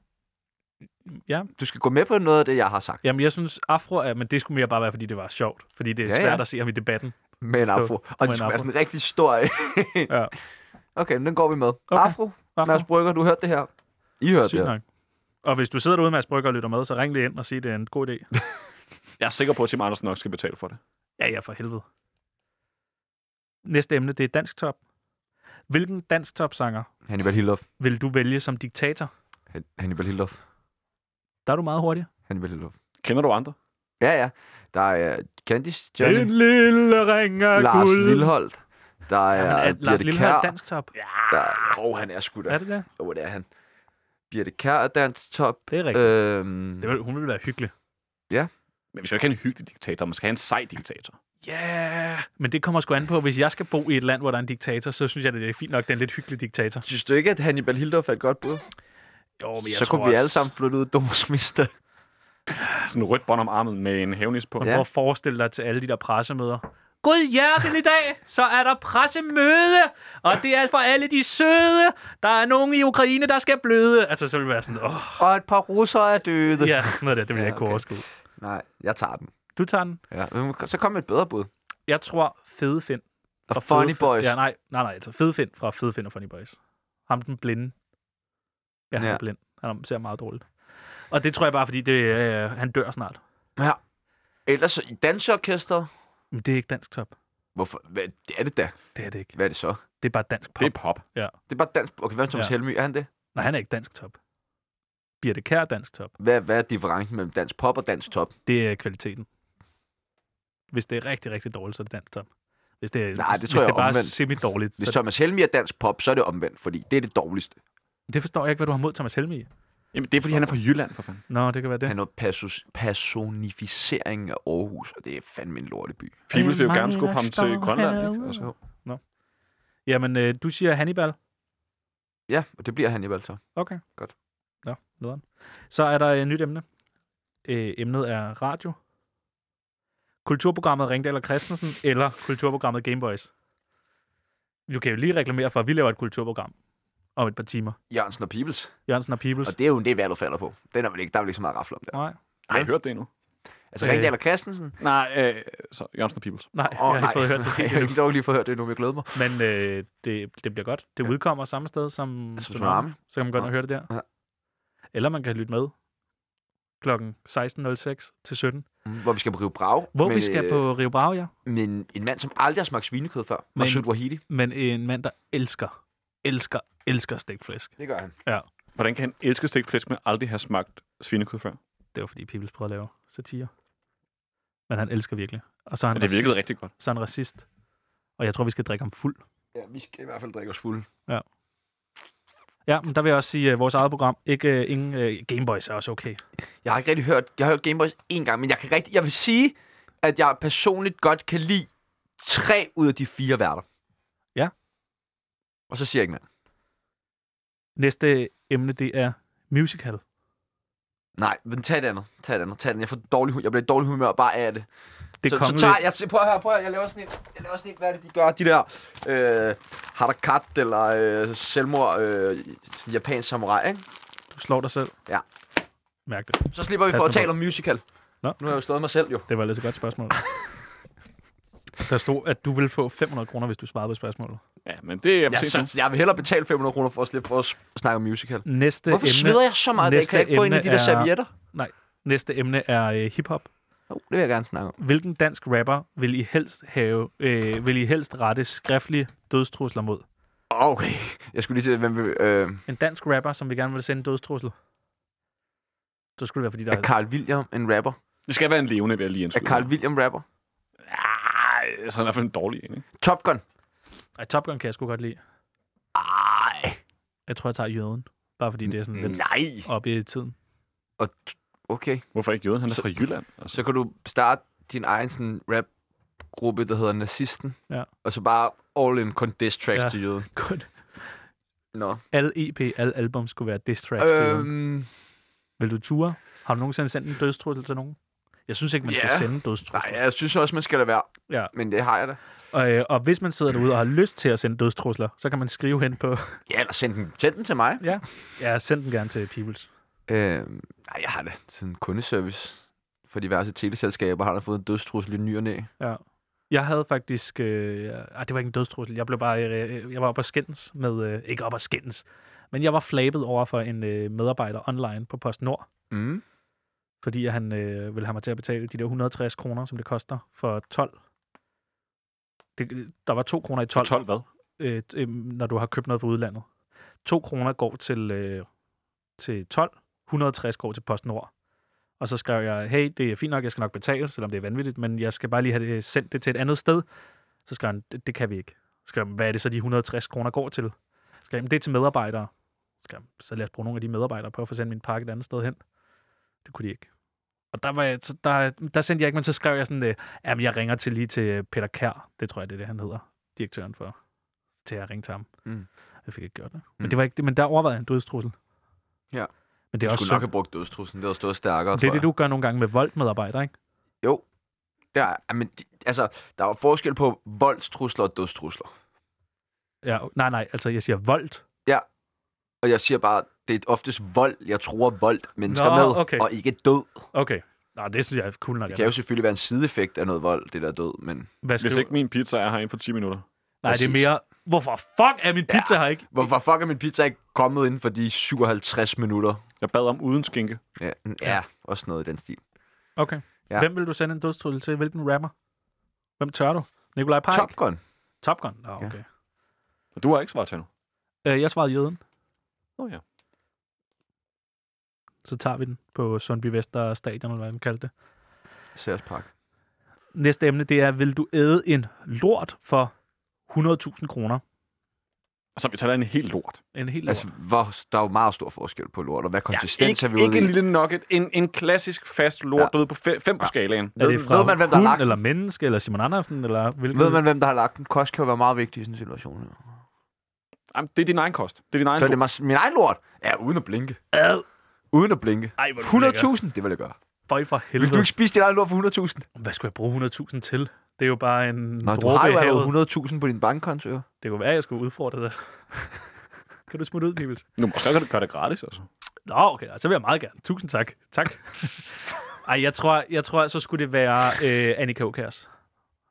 A: ja,
B: Du skal gå med på noget af det, jeg har sagt.
A: jamen jeg synes afro er, men det skulle mere bare være, fordi det var sjovt. Fordi det er
B: Ja,
A: ja,
B: ja.
A: svært at se ham i debatten.
B: Med en
A: Forstå.
B: afro.
A: Med
B: Og det
A: en
B: skulle være
A: afro.
B: sådan en rigtig stor...
A: Ja.
B: Okay, men den går vi med.
A: Okay.
B: Afro,
A: Afro.
B: Mads Brygger, du hørte det her. I hørte
A: Sygt
B: det her.
A: nok. Og hvis du sidder derude med at brygge og lytter med, så ring lige ind og sig, det er en god idé.
C: Jeg er sikker på, at Tim Andersen nok skal betale for det.
A: Ja, ja, for helvede. Næste emne, det er dansk top. Hvilken dansk topsanger
B: Hannibal Hillof.
A: vil du vælge som diktator?
B: Han- Hannibal Hillof.
A: Der er du meget hurtig.
B: Hannibal Hillof.
C: Kender du andre?
B: Ja, ja. Der er øh, Candice Johnny.
A: En lille ring af
B: Lars
A: guld.
B: Lilholdt. Der er,
A: Jamen,
B: ja,
A: er
B: Birte
A: Lars
B: Kjær.
A: Lillehold dansk top? Ja.
B: Der er, oh, han er sgu da.
A: Er det det?
B: Jo, det er han. Birte Kjær er dansk top.
A: Det er rigtigt.
B: Øhm,
A: Øh. Hun ville være hyggelig.
C: Men vi skal jo ikke have en hyggelig diktator, man skal have en sej diktator.
A: Ja, yeah. men det kommer sgu an på, hvis jeg skal bo i et land, hvor der er en diktator, så synes jeg, det er fint nok, den lidt hyggelig diktator.
B: Synes du ikke, at Hannibal Hildoff er et godt bud?
A: Jo, men jeg
B: Så
A: tror
B: kunne vi
A: også-
B: alle sammen flytte ud i Dommersmister.
C: Sådan en rødt bånd om armen med en hævnis på.
A: Og
B: Ja.
A: ja. prøv at forestille dig til alle de der pressemøder. God hjerten i dag, så er der pressemøde, og det er for alle de søde. Der er nogen i Ukraine, der skal bløde. Altså, så vil det være sådan, åh,
B: Og et par russere er døde.
A: ja, sådan noget der, det vil
B: Ja,
A: jeg ikke kunne
B: okay.
A: overskue.
B: Nej, jeg tager den.
A: Du tager den.
B: Ja. men Så kom med et bedre bud.
A: Jeg tror, Fede Finn.
B: Og,
A: fra
B: og Funny
A: Fede Finn-
B: Boys.
A: Ja, nej, nej, nej, altså Fede Finn fra Fede Finn og Funny Boys. Ham den blinde. Ja, han
B: Ja.
A: er blind. Han er- ser meget dårligt. Og det tror jeg bare, fordi det, øh, han dør snart.
B: Ellers i danseorkestret.
A: Men det er ikke dansk top.
B: Hvorfor? Hvad det er det da?
A: Det er det ikke.
B: Hvad er det så?
A: Det er bare dansk pop.
C: Det er pop.
B: Det er bare dansk. Okay, hvad er Thomas ja.
A: Ja.
B: Helmy? Er han det?
A: Nej, han er ikke dansk top. Birte Kær er dansk top.
B: Hvad, hvad er differencen mellem dansk pop og dansk top?
A: Det er kvaliteten. Hvis det er rigtig, rigtig dårligt, så er det dansk top. Hvis det er,
B: Nej, det
A: hvis
B: tror
A: det
B: jeg
A: er bare
B: omvendt.
A: semi-dårligt,
B: Hvis
A: så
B: Thomas Helmy er dansk pop, så er det omvendt, fordi det er det dårligste.
A: det forstår jeg ikke, hvad du har mod Thomas Helmi.
C: Jamen, det er, fordi han er fra Jylland, for fanden.
A: Nå, det kan være det.
B: Han er noget persos- personificering af Aarhus, og det er fandme en lorteby.
C: People vil jo
A: Mange,
C: gerne skubbe ham
A: der
C: til
A: står
C: Grønland, ikke?
A: herude.
C: Altså,
A: Jamen, øh, du siger Hannibal.
B: Ja, og det bliver han i valgt så.
A: Okay.
B: Godt.
A: Nå, nederen. Så er der et nyt emne. Øh, emnet er radio. Kulturprogrammet Ringdal og Christensen, eller kulturprogrammet Gameboys. Du kan jo lige reklamere for, at vi laver et kulturprogram om et par timer.
B: Jørgensen og Peoples.
A: Jørgensen og Peoples.
B: Og det er jo det, valget falder på. Den er vel ikke, der er vel ikke så meget rafle om der.
A: Nej,
C: har I hørt det endnu?
B: Altså,
A: Øh.
B: Ringdal og Christensen.
C: Nej, øh, så Jørgensen og Peoples.
A: nej, oh, jeg har ikke fået hørt det.
B: Nej, jeg har ikke dog lige fået hørt det nu, men jeg glæder mig.
A: Men øh, det, det bliver godt. Det udkommer samme sted som
B: Som Tsunami.
A: Så kan man gå ind og
B: Ja.
A: høre det der.
B: Altså, Ja.
A: Eller man kan lytte med klokken 16.06 til 17.
B: Mm, Hvor vi skal på Rio Brag.
A: Hvor men, vi skal
B: øh,
A: på Rio Bravo, ja.
B: Men en mand, som aldrig har smagt svinekød før,
A: Men-
B: Masoud Wahidi.
A: Men en mand, der elsker, elsker, elsker stegt flæsk.
B: Det gør han.
C: Hvordan kan han elske stegt flæsk, men aldrig have smagt svinekød før?
A: Det var fordi Peoples prøvede at lave satire. Men han elsker virkelig. Og så er han,
C: Og det virkede
A: racist,
C: rigtig godt.
A: så er han racist. Og jeg tror, vi skal drikke ham fuld.
B: Ja, vi skal i hvert fald drikke os fulde.
A: Ja, men der vil jeg også sige, uh, vores eget program, ikke uh, ingen uh, Gameboys er også okay.
B: Jeg har ikke rigtig hørt, jeg har hørt Game Boys én gang, men jeg kan rigtig, jeg vil sige, at jeg personligt godt kan lide tre ud af de fire værter.
A: Ja.
B: Og så siger jeg ikke mere.
A: Næste emne, det er musical.
B: Nej, men tag det andet. Tag det andet. Tag det andet. Jeg får dårlig, hu- jeg bliver i dårlig humør bare af det.
A: Det
B: så, så
A: kongelige-
B: tager jeg, prøv at høre, prøv at høre, jeg laver sådan en, jeg laver sådan en, hvad er det, de gør, de der, øh, harakat eller øh, selvmord, øh, sådan japansk samurai, ikke?
A: Du slår dig selv.
B: Ja.
A: Mærk det.
B: Så slipper vi
A: Pas
B: for
A: nu
B: at tale
A: på.
B: om musical.
A: Nå.
B: Nu har jeg jo slået mig selv, jo.
A: Det var altså et godt spørgsmål. Der stod, at du ville få 500 kroner, hvis du svarede på spørgsmålet.
C: Ja, men det er
B: Jeg,
C: præcis
B: så, jeg vil hellere betale 500 kroner for at slippe for at s- snakke om musical.
A: Næste
B: Hvorfor
A: emne,
B: sveder jeg så meget? i dag? Kan jeg ikke få en af de
A: næste
B: der
A: emne er-
B: servietter?
A: næste emne er øh, hiphop.
B: Jo, det vil jeg gerne snakke om.
A: Hvilken dansk rapper vil I helst have, øh, vil I helst rette skriftlige dødstrusler mod?
B: Okay. Jeg skulle lige se, hvem... vil- Øh,
A: En dansk rapper, som vi gerne vil sende en dødstrussel. Så skulle det være, fordi der
B: er
A: er...
B: Carl William en rapper?
C: Det skal være en levende, vil jeg lige
B: Er
C: indskyde.
B: Carl William rapper?
C: Nej, Ah, så er i hvert fald en dårlig en, ikke?
B: Top Gun?
A: Ej, Top Gun kan jeg sgu godt lide.
B: Ej,
A: Jeg tror, jeg tager jøden. Bare fordi det er sådan lidt
B: nej.
A: op i tiden.
B: Og, t- okay,
C: Hvorfor ikke jøden? Han er fra Jylland. Altså.
B: så kan du starte din egen sådan, rap-gruppe, der hedder Nazisten.
A: Ja.
B: Og så bare all in kun diss tracks
A: Ja.
B: ja. til jøden.
A: Godt.
B: Nå.
A: Alle EP, alle E album skulle være diss tracks til jøden.
B: Øhm,
A: Vil du ture? Har du nogensinde sendt en dødstrussel til nogen? Jeg synes ikke, man skal
B: Ja.
A: sende
B: nej,
A: dødstrusler.
B: jeg synes også, man skal lade være.
A: Ja.
B: Men det har jeg da.
A: Og, øh, og hvis man sidder derude og har lyst til at sende dødstrusler, så kan man skrive hen på...
B: Ja, eller send den, send den til mig.
A: Ja, send den gerne til Peoples.
B: Øhm, nej, jeg har da sådan kundeservice for diverse teleselskaber, har da fået en dødstrussel i ny og næ.
A: Jeg havde faktisk... Øh, ah, det var ikke en dødstrussel. Jeg blev bare... Øh, jeg var op og skændes med... Øh, ikke op og skændes. Men jeg var flabet over for en øh, medarbejder online på PostNord,
B: Mm.
A: fordi han øh, ville have mig til at betale de der 160 kroner, som det koster for 12. Det, der var 2 kroner i 12,
C: 12 hvad?
A: Øh, øh, når du har købt noget fra udlandet. 2 kroner går til, øh, til 12, 160 går til PostNord. Og så skrev jeg, hey, det er fint nok, jeg skal nok betale, selvom det er vanvittigt, men jeg skal bare lige have det, sendt det til et andet sted. Så skrev han, det, det kan vi ikke. Så skrev han, hvad er det så, de 160 kroner går til? Så skrev han, det er til medarbejdere. Så skrev han, så lad os bruge nogle af de medarbejdere på at få sendt min pakke et andet sted hen. Det kunne de ikke. Og der, var jeg, så der, der sendte jeg ikke, men så skrev jeg sådan, øh, jamen jeg ringer til lige til Peter Kær, det tror jeg, det er det, han hedder, direktøren for, til at ringe til ham.
B: Mm.
A: Jeg fik ikke gjort det. Men,
B: Mm.
A: det var ikke, men der overvejede jeg en dødstrussel.
B: Ja.
A: Men det er
B: Det er du
A: også
B: skulle nok
A: synd.
B: have brugt dødstruslen, det havde stået stærkere,
A: Det er det, du gør nogle gange med voldmedarbejdere, ikke?
B: Jo. Der, er- men, de, altså, der er jo forskel på voldstrusler og dødstrusler.
A: Ja, nej, nej, altså jeg siger vold.
B: Og jeg siger bare, det er oftest vold, jeg tror vold mennesker
A: Nå,
B: med,
A: okay.
B: og ikke død.
A: Okay. Nej, det synes jeg er cool nok.
B: Det
A: at-
B: kan jo selvfølgelig være en sideeffekt af noget vold, det der død, men
A: Hvad
C: Hvis
A: skriver-
C: ikke min pizza er her inden for 10 minutter.
A: Nej, det er
B: Præcis.
A: mere, hvorfor fuck er min pizza her ikke?
B: hvorfor fuck er min pizza ikke kommet inden for de 57 minutter?
C: Jeg bad om uden skinke.
B: Ja, ja. også noget i den stil.
A: Okay. Ja.
B: Ja.
A: Hvem vil du sende en dødstrussel til? Hvilken rapper? Hvem tør du? Nikolaj Pajk?
B: Top Gun.
A: Top Gun? Nå, okay.
C: Og du har ikke svaret til nu.
A: Øh, jeg svarede jøden.
C: Nå ja.
A: Så tager vi den på Sundby Vester Stadion, eller hvad den kaldte det.
B: Sears Park.
A: Næste emne, det er, vil du æde en lort for 100.000 kroner?
C: Så vi taler en helt lort.
A: En helt
B: Altså,
A: altså,
B: hvor, der er jo meget stor forskel på lort, og hvad konsistens
C: ikke,
B: er vi ude
C: ikke en
B: i?
C: lille nugget. En, en klassisk fast lort,
B: Ja.
C: ja. du ved på 5 på skalaen.
A: Er
B: ved-
A: det fra
B: ved man, hvem der har
A: hund,
B: lagt den?
A: eller menneske, eller Simon Andersen, eller hvilken?
B: Ved man, hvem der har lagt den? Kost kan jo være meget vigtig i sådan en situation. Her.
C: Jamen, det er din egen kost. Det er din egen
B: Så er det
C: lort.
B: mig, min egen lort? Ja, uden at blinke.
A: Ad.
B: Uden at blinke.
A: Ej, hvor er du lækker.
B: 100.000? Det vil jeg gøre.
A: Føj for
B: Hvis du
A: helvede.
B: ikke spiser din egen lort for 100.000.
A: Hvad skulle jeg bruge 100.000 til? Det er jo bare en
B: Nå, du
A: dråbe
B: har
A: i
B: jo
A: havet.
B: allerede 100.000 på din bankkonto. jo.
A: Det kunne være, at jeg skulle udfordre dig. kan du smutte ud, Pibels?
C: Nu måske kan du gøre det gratis, altså.
A: Nå, okay, så vil jeg meget gerne. Tusind tak. Tak. Ej, jeg tror, jeg tror så skulle det være øh, Annika Åkærs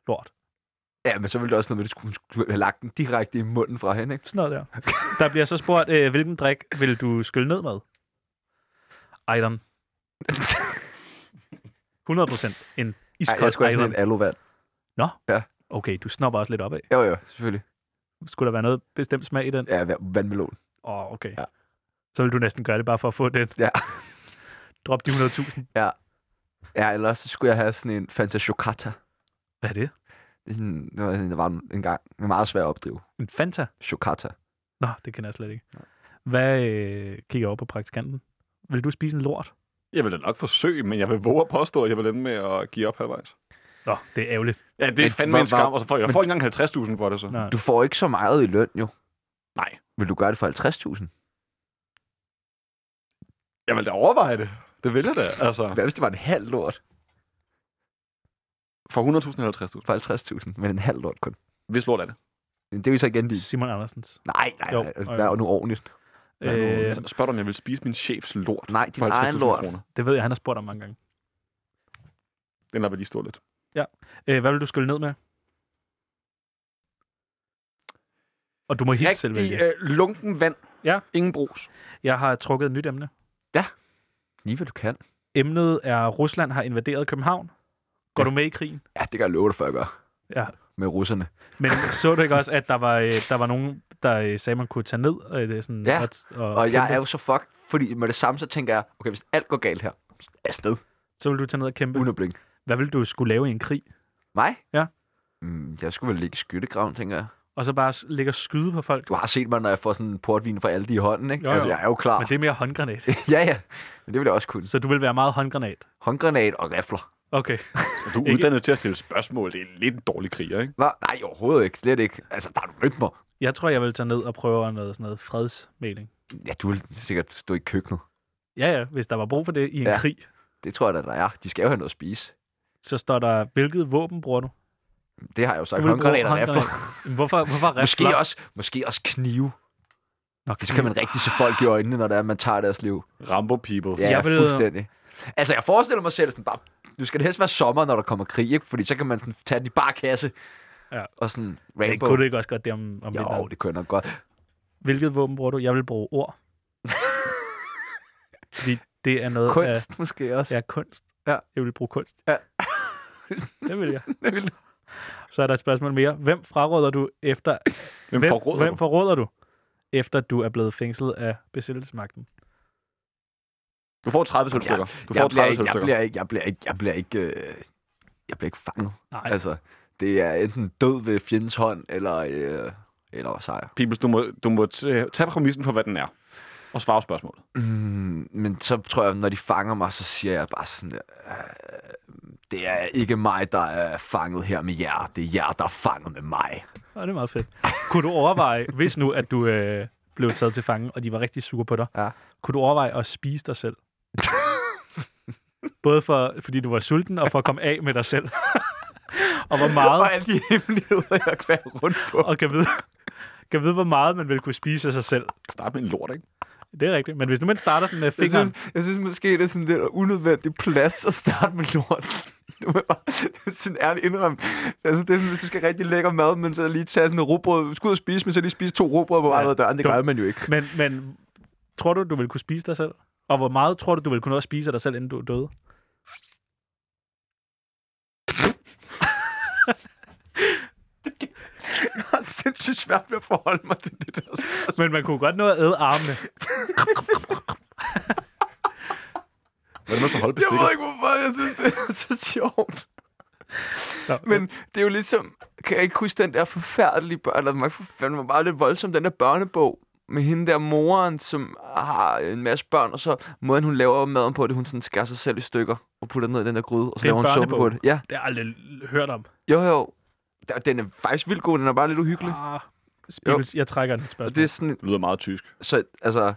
A: lort.
B: Ja, men så ville det også noget med, at du skulle, skulle have lagt den direkte i munden fra hende, ikke?
A: Sådan noget der. Der bliver så spurgt, øh, hvilken drik vil du skylle ned med? Ejderen. 100% en
B: Ej, jeg
A: iskold
B: skulle have sådan
A: Ejderen.
B: en alovand.
A: Okay, du snopper også lidt opad.
B: Jo, jo, selvfølgelig.
A: Skulle der være noget bestemt smag i den?
B: Ja, vær- vandmelon.
A: Åh, oh, okay.
B: Ja.
A: Ja. Så vil du næsten gøre det bare for at få den.
B: Ja.
A: Drop de 100.000.
B: Ja, eller også så skulle jeg have sådan en Fanta Chocata.
A: Hvad er det?
B: Det er sådan, det var sådan, der var en gang. Det er meget svært at opdrive.
A: En Fanta?
B: Chocata.
A: Nå, det kender jeg slet ikke. Hvad øh, kigger jeg over på praktikanten? Vil du spise en lort?
C: Jeg vil da nok forsøge, men jeg vil våge at påstå, at jeg vil ende med at give op halvvejs.
A: Nå, det er ærgerligt.
C: Ja, det er
B: Men
C: fandme
B: hvor-
C: en skam,
B: hvor-
C: og så får jeg,
B: men
C: jeg får ikke engang 50.000 for det, så.
A: Nå.
B: Du får ikke så meget i løn, jo.
C: Nej.
B: Vil du gøre det for 50.000?
C: Jeg vil da overveje det. Det vil jeg da, altså.
B: Hvad hvis det var en halv lort
C: For 100.000 eller 50.000.
B: for 50.000? Men en halv lort kun.
C: Hvis lort er det.
B: Men Det er jo så igen lige...
A: Simon Andersens.
B: Nej, nej,
A: Jo,
B: nej.
A: jo.
B: Altså, Vær nu ordentligt.
C: Øh...
A: Øh,
C: Altså, spørg dig, om jeg vil spise min chefs lort.
B: Nej, din
C: for
B: egen
C: 50.000
B: lort.
C: kroner.
A: det ved jeg, han har spurgt om mange gange.
C: Den lader vi lige stå lidt.
A: Øh, hvad vil du skylle ned med? Og du må helt selv
C: Rigtig
A: vælge.
C: øh, lunken vand.
A: Ja.
C: Ingen brus.
B: øh-
A: Jeg har trukket et nyt emne.
B: Lige hvad du kan.
A: Emnet er, Rusland har invaderet København. Går
B: Ja.
A: du med i krigen?
B: Ja, det kan jeg love dig for, jeg gør.
A: Ja.
B: Med russerne.
A: Men så du ikke også, at der var, øh, der var nogen, der øh, sagde, man kunne tage ned? Øh, det er sådan,
B: Ja,
A: og, og,
B: Og jeg
A: kæmpe?
B: er jo så fuck, fordi med det samme, så tænker jeg, okay, hvis alt går galt her, afsted,
A: Så vil du tage ned og kæmpe.
B: uden at blinke.
A: Hvad vil du skulle lave i en krig?
B: Mig?
A: Ja.
B: Mm, jeg skulle vel ligge i skyttegraven, tænker jeg.
A: Og så bare s- ligge og skyde på folk?
B: Du har set mig, når jeg får sådan en portvin fra Aldi i hånden, ikke?
A: Jo, jo.
B: Altså, jeg er jo klar.
A: Men det er mere håndgranat.
B: ja, ja. Men det vil jeg også kunne.
A: Så du vil være meget håndgranat.
B: Håndgranat og rifler.
A: Okay.
C: Så du er
A: Ikke-
C: uddannet til at stille spørgsmål. Det er lidt en dårlig kriger, ikke?
B: Hva? Nej, overhovedet ikke. Slet ikke. Altså, der har du mødt mig.
A: Jeg tror, jeg vil tage ned og prøve noget, sådan noget fredsmæling.
B: Ja, du vil sikkert stå i køkkenet.
A: Ja, ja, hvis der var brug for det i en
B: Ja.
A: ja. krig,
B: Det tror jeg da, der er. De skal jo have noget at spise.
A: så står der, hvilket våben bruger du?
B: Det har jeg jo
A: Du
B: sagt.
A: vil bruge
B: Håndgranater og
A: håndgranat.
B: rifler.
A: Jamen, Hvorfor, hvorfor rifler?
B: Måske også, måske også knive.
A: Nå,
B: Så kan man rigtig se folk i øjnene, når det er, at man tager deres liv.
C: Rambo people.
B: Ja, jeg
A: Jeg
B: vil...
A: vil-
B: fuldstændig. Altså, jeg forestiller mig selv sådan bare... Nu skal det helst være sommer, når der kommer krig, ikke? Fordi så kan man sådan tage den i bare kasse.
A: Ja.
B: Og sådan
A: Men
B: rainbow.
A: kunne du ikke også godt det om, om
B: Jo,
A: vinteren?
B: det kunne jeg nok godt.
A: Hvilket våben bruger du? Jeg vil bruge ord. Fordi det er noget
B: Kunst måske også.
A: af... Ja, kunst.
B: Ja.
A: Jeg vil bruge kunst.
B: Ja.
A: det vil jeg.
B: Det ville-
A: Så er der et spørgsmål mere. Hvem fraråder du efter...
C: Hvem, Hvem forråder
A: hvem
C: du?
A: forråder du? Efter du er blevet fængslet af besættelsesmagten.
C: Du får 30 sølvstykker. Du får
B: jeg, bliver
C: 30
B: ikke, jeg
C: sølvstykker.
B: bliver ikke, jeg bliver ikke, jeg bliver ikke, øh, jeg bliver ikke fanget.
A: Nej,
B: Ej.
A: altså,
B: Altså, det er enten død ved fjendens hånd, eller, øh, eller sejr.
C: Peoples, du må, du må t- tage præmissen for, hvad den er. Og svare på spørgsmålet.
B: Mm, men så tror jeg, når de fanger mig, så siger jeg bare sådan, øh, det er ikke mig, der er fanget her med jer. Det er jer, der er fanget med mig.
A: det er meget fedt. Kunne du overveje, hvis nu, at du øh, blev taget til fange, og de var rigtig sure på dig,
B: Ja.
A: kunne du overveje at spise dig selv? Både for, fordi du var sulten, og for at komme af med dig selv. og hvor meget,
B: Og alle de hemmeligheder, jeg kan være rundt på.
A: og kan vide, kan vide, hvor meget man vil kunne spise af sig selv.
C: Start med en lort, ikke?
A: Det er rigtigt. Men hvis nu man starter sådan med
B: Jeg
A: fingeren,
B: synes, jeg synes måske, det er sådan lidt unødvendig plads at starte med lort. Det må jeg bare det er sådan ærligt indrømme. Altså, det er sådan, hvis du skal rigtig lækker mad, men så lige tage sådan en rugbrød, skulle ud og spise, men så lige spise to rugbrød på vej ud af døren. Det
A: du-
B: gør man jo ikke.
A: men, men tror du, du vil kunne spise dig selv? Og hvor meget tror du, du vil kunne også spise af dig selv, inden du er døde?
B: Jeg har sindssygt svært ved at forholde mig til det der.
A: Men man kunne godt nå at æde armene.
C: Hvad er det, man skal holde
B: Jeg ved
C: bestikket?
B: ikke, hvorfor jeg synes, det er så sjovt.
A: Nå,
B: Men det er jo ligesom, kan jeg ikke huske den der forfærdelige børn, eller man fandt mig bare lidt voldsom, den der børnebog med hende der moren, som har en masse børn, og så måden hun laver maden på, det er, hun sådan skærer sig selv i stykker og putter den ned i den der gryde, og så
A: Det er
B: laver hun
A: en
B: suppe på
A: børnebog.
B: det. Ja,
A: det har jeg aldrig l- hørt om.
B: jo jo. Der- Den er faktisk vildt god, den er bare lidt uhyggelig.
A: Ah, Spibels, jeg trækker den spørgsmål.
B: Og det er sådan,
C: Det lyder meget tysk.
B: så, altså,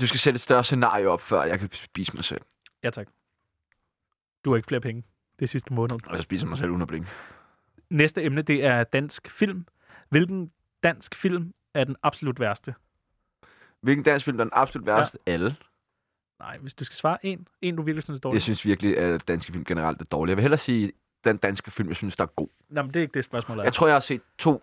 B: du skal sætte et større scenarie op, før jeg kan spise mig selv.
A: Ja, tak. Du har ikke flere penge. Det er sidste måned.
B: Og jeg spiser mig selv uden at blinke.
A: Næste emne, det er dansk film. Hvilken dansk film er den absolut værste?
B: Hvilken dansk film der er den absolut værste? Ja. Alle.
A: Nej, hvis du skal svare en, en du virkelig synes er dårlig.
B: Jeg synes virkelig, at danske film generelt er dårlige. Jeg vil hellere sige den danske film, jeg synes, der er god.
A: Nej, men det er ikke det spørgsmål, der er.
B: Jeg tror, jeg har set to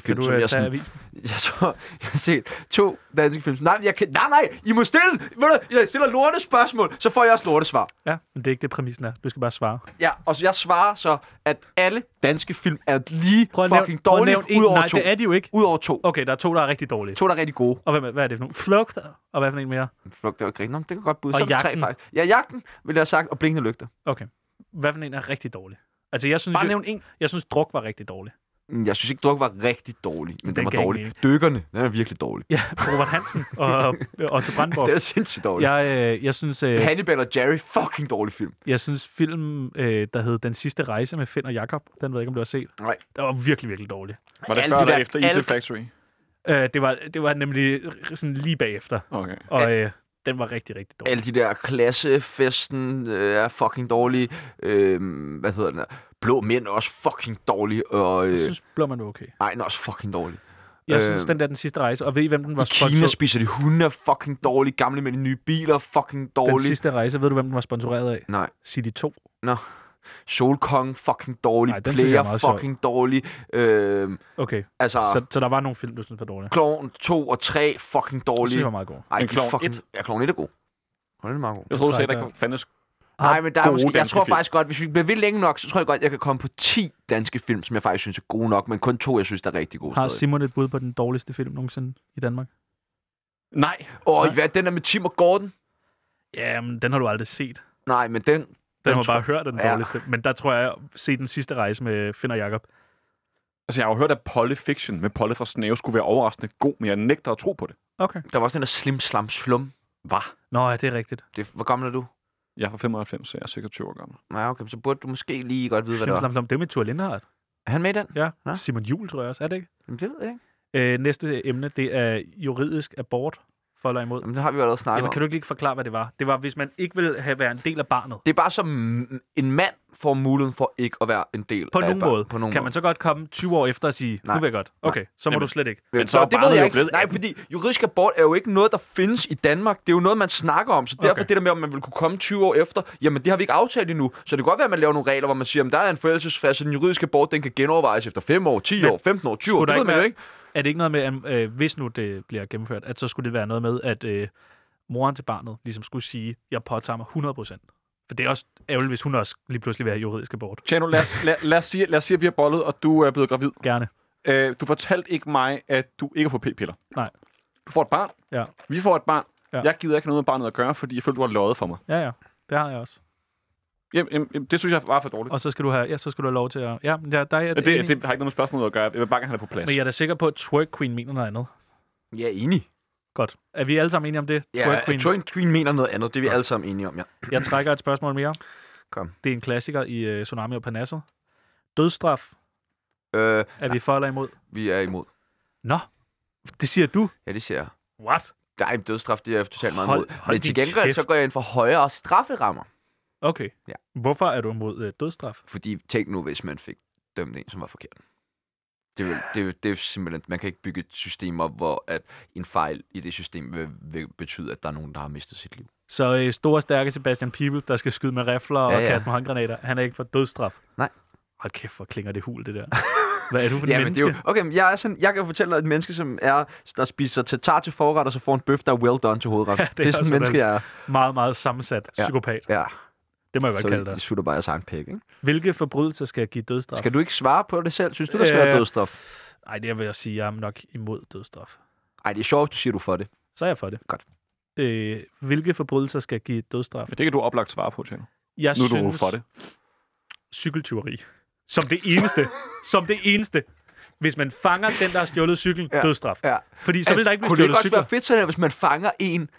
A: kan
B: film,
A: du
B: som
A: øh,
B: jeg
A: tage
B: sådan...
A: avisen?
B: Jeg tror, jeg har set to danske film. som- Nej, men jeg kan... nej, nej, I må stille... Ved du, jeg stiller lorte spørgsmål, så får jeg også lorte svar.
A: Ja, men det er ikke det, præmissen er. Du skal bare svare.
B: Ja, og så jeg svarer så, at alle danske film er lige
A: Prøv at nævne,
B: fucking
A: prøv at
B: dårlige,
A: nævne en.
B: udover
A: Nej,
B: to.
A: det er de jo ikke.
B: Udover to.
A: Okay, der er to, der er rigtig dårlige.
B: To, der er rigtig gode.
A: Og hvad, hvad er det for nogle? Flugt, og hvad for en mere?
B: Flugt er jo ikke rigtigt. Nå, men det kan godt byde.
A: Og
B: Så er det tre,
A: Jagten.
B: faktisk. Ja, jagten, ville jeg have sagt, og blinkende lygter.
A: Okay. Hvad for en er rigtig dårlig? Altså, jeg synes,
B: Bare
A: jeg,
B: nævn en.
A: jeg synes druk var rigtig dårlig.
B: Mm, Jeg synes ikke, druk var rigtig dårlig, men den,
A: Den
B: var
A: gav ikke
B: dårlig. Dykkerne, den er virkelig dårlig.
A: Ja, Robert Hansen og og Otto Brandenborg.
B: Den er sindssygt dårlig.
A: Jeg, øh, jeg, synes, øh,
B: Hannibal og Jerry, fucking dårlig film.
A: jeg synes filmen, øh, der hed Den sidste rejse med Finn og Jakob, den ved jeg ikke, om du har set.
B: Nej.
A: Den var virkelig, virkelig dårlig.
C: Var det
B: Alle
C: før
B: de
C: eller
B: der-
C: efter IT
B: alle-
C: Factory?
A: Øh, det, var, det var nemlig r- sådan lige bagefter,
C: Okay.
A: og øh, den var rigtig, rigtig dårlig.
B: Alle de der klassefesten øh, er fucking dårlige. Øh, hvad hedder den her? Blå mænd er også fucking dårlige. Og, øh,
A: Jeg synes, Blåmand var okay.
B: Ej, den er også fucking dårlig.
A: Jeg
B: Øh,
A: synes, den der Den sidste rejse, og ved I, hvem den var
B: I Kina
A: sponsoreret
B: spiser de hunde er fucking dårlige. Gamle mænd i nye biler er fucking
A: Den
B: dårlige.
A: sidste rejse, ved du, hvem den var sponsoreret af?
B: Nej.
A: City 2.
B: Solkong fucking dårlig.
A: Ej,
B: Ej,
A: den synes jeg er
B: Player
A: meget sjov.
B: fucking dårlig. Øh,
A: Okay,
B: altså,
A: så, så der var nogle film, du synes var dårlige.
B: Kloven 2 og 3 fucking
A: Det synes
B: dårlige.
A: jeg var meget god.
B: Ej,
C: Men
B: de er
C: Klovn
B: fucking...
C: et?
B: Ja, Kloven 1 er god. Kloven 1 er meget god.
C: Jeg tror, du
A: tror
C: sagde,
A: ikke,
C: der ikke fandtes...
B: Nej, men der er
C: gode
B: måske, jeg
C: danske
B: tror
C: film.
B: faktisk godt, hvis vi bliver ved længe nok, så tror jeg godt, jeg kan komme på 10 danske film, som jeg faktisk synes er gode nok, men kun to, jeg synes, der er rigtig gode
A: Har
B: stadig.
A: Simon et bud på den dårligste film nogensinde i Danmark?
C: Nej.
B: Og
A: Nej.
B: hvad, den er med Tim og Gordon?
A: Jamen, den har du aldrig set. Den,
B: Nej, men den... Den,
A: den har
B: tror-
A: bare hørt er den
B: Ja.
A: dårligste. Men der tror jeg, se den sidste rejse med Finn og Jacob.
C: Altså, jeg har jo hørt, at Polly Fiction med Polly fra Snæve skulle være overraskende god, men jeg nægter at tro på det.
A: Okay.
B: Der var også den der Slim Slam Slum.
C: Hvad?
A: Nå, ja, det er rigtigt.
B: Det, hvor gammel er du?
C: Jeg er fra 95, så jeg er sikkert 20 år gammel.
B: Nej, okay, så burde du måske lige godt vide, hvad
A: Slim
B: det var.
A: Slam Slam, det er med Thor Lindhardt.
B: Er han med i den?
A: Ja.
B: Nå.
A: Simon Juhl, tror jeg også. Er det ikke?
B: Jamen, det ved jeg ikke.
A: Øh, næste emne, det er juridisk abort. For eller imod.
B: Jamen, det har vi jo allerede snakket
A: Jamen, kan
B: om.
A: du ikke lige forklare, hvad det var? Det var, hvis man ikke ville have været en del af barnet.
B: Det er bare som en mand får muligheden for ikke at være en del
A: På
B: af
A: nogen
B: børn-
A: måde.
B: På nogen
A: kan man så godt komme 20 år efter og sige,
B: Nej.
A: nu vil jeg godt. Okay, så må
C: Jamen.
A: du slet ikke.
B: Men,
C: Men
B: så
C: så er
B: det ved
C: barnet
B: jeg
C: jo
B: ikke.
C: blevet
B: Nej,
C: atten.
B: fordi juridisk abort er jo ikke noget, der findes i Danmark. Det er jo noget, man snakker om. Så derfor
A: Okay.
B: det der med, om man vil kunne komme 20 år efter, jamen det har vi ikke aftalt endnu. Så det kan godt være, at man laver nogle regler, hvor man siger, at der er en forældelsesfase, så den juridiske abort, den kan genovervejes efter 5 år, 10
A: Men
B: år, 15 år, 20 år.
A: skulle
B: Det
A: der
B: ved
A: ikke
B: man jo
A: være-
B: ikke.
A: Er det ikke noget med, at øh, hvis nu det bliver gennemført, at så skulle det være noget med, at øh, moren til barnet ligesom skulle sige, jeg påtager mig 100%. For det er også ærgerligt, hvis hun også lige pludselig vil have juridisk abort.
C: Tjano, lad os, lad, lad, os sige, lad os sige, at vi har bollet, og du er blevet gravid.
A: Gerne.
C: Øh, du fortalte ikke mig, at du ikke får p-piller.
A: Nej.
C: Du får et barn.
A: Ja.
C: Vi får et barn.
A: Ja.
C: Ja. Jeg gider ikke have noget med barnet at gøre, fordi jeg føler, du har løjet for mig.
A: Ja, ja. Det har jeg også.
C: Jamen, jamen, jamen, det synes jeg var for dårligt.
A: Og så skal du have, ja, så skal du have lov til at... Ja, men der, der er jeg
C: Det,
A: da
C: det,
A: enig.
C: det har ikke noget med spørgsmålet at gøre. Jeg vil bare gerne have det på plads.
A: Men jeg er da sikker på, at Twerk Queen mener noget andet.
B: Ja, enig.
A: Godt. Er vi alle sammen enige om det?
B: Ja,
A: twerk Queen.
B: Twin. Twin, mener noget andet. Det er vi alle sammen enige om, ja.
A: Jeg trækker et spørgsmål mere.
B: Kom.
A: Det er en klassiker i uh, Tsunami og Panasset. Dødstraf.
B: Øh,
A: Er vi for eller imod?
B: vi er imod.
A: Nå, det siger du.
B: Ja, det siger jeg.
A: What?
B: Der er en dødsstraf, det er jeg totalt meget
A: Hold-
B: imod.
A: hold
B: Men til
A: din
B: gengæld,
A: kæft.
B: så går jeg ind for højere strafferammer.
A: Okay.
B: Ja.
A: Hvorfor er du imod uh, dødstraf?
B: Fordi tænk nu, hvis man fik dømt en, som var forkert. Det, vil, det, vil- det er simpelthen, man kan ikke bygge et system op, hvor at en fejl i det system vil, vil betyde, at der er nogen, der har mistet sit liv.
A: Så uh, store, stærke Sebastian Peebles, der skal skyde med rifler og
B: Ja, ja.
A: kaste med håndgranater, han er ikke for dødstraf.
B: Nej.
A: Hold kæft, hvor klinger det hul, det der. Hvad er du for en
B: Ja, men det
A: menneske?
B: er jo, okay, men jeg, er sådan, jeg kan jo fortælle dig, at et menneske, som er, der spiser tatar til forret, og så får en bøf, der er well done til hovedret.
A: Ja,
B: Ja,
A: det
B: det,
A: er
B: det er sådan
A: også
B: et menneske, jeg er.
A: Meget, meget sammensat
B: Ja.
A: psykopat.
B: Ja,
A: Det må jeg godt
B: så
A: kalde
B: det,
A: dig.
B: det sutter bare jeres egen pæk, ikke?
A: Hvilke forbrydelser skal jeg give dødstraf?
B: Skal du ikke svare på det selv? Synes du, der skal være
A: Øh.
B: dødsstof?
A: Ej, det vil jeg sige, jeg er nok imod dødstraf.
B: Ej, det er sjovt, du siger, du er for det.
A: Så er jeg for det.
B: Godt.
A: Øh, hvilke forbrydelser skal give dødstraf?
C: Men det kan du oplagt svare på, Tjano.
A: Jeg
C: Nu er du for det.
A: cykeltyveri. Som det eneste. som det eneste. Hvis man fanger den, der har stjålet cyklen, ja.
B: Ja.
A: dødstraf.
B: Ja.
A: Fordi så vil der ikke blive
B: Kunne det
A: stjålet
B: ikke også
A: cykler.
B: være fedt, sådan, at hvis man fanger en,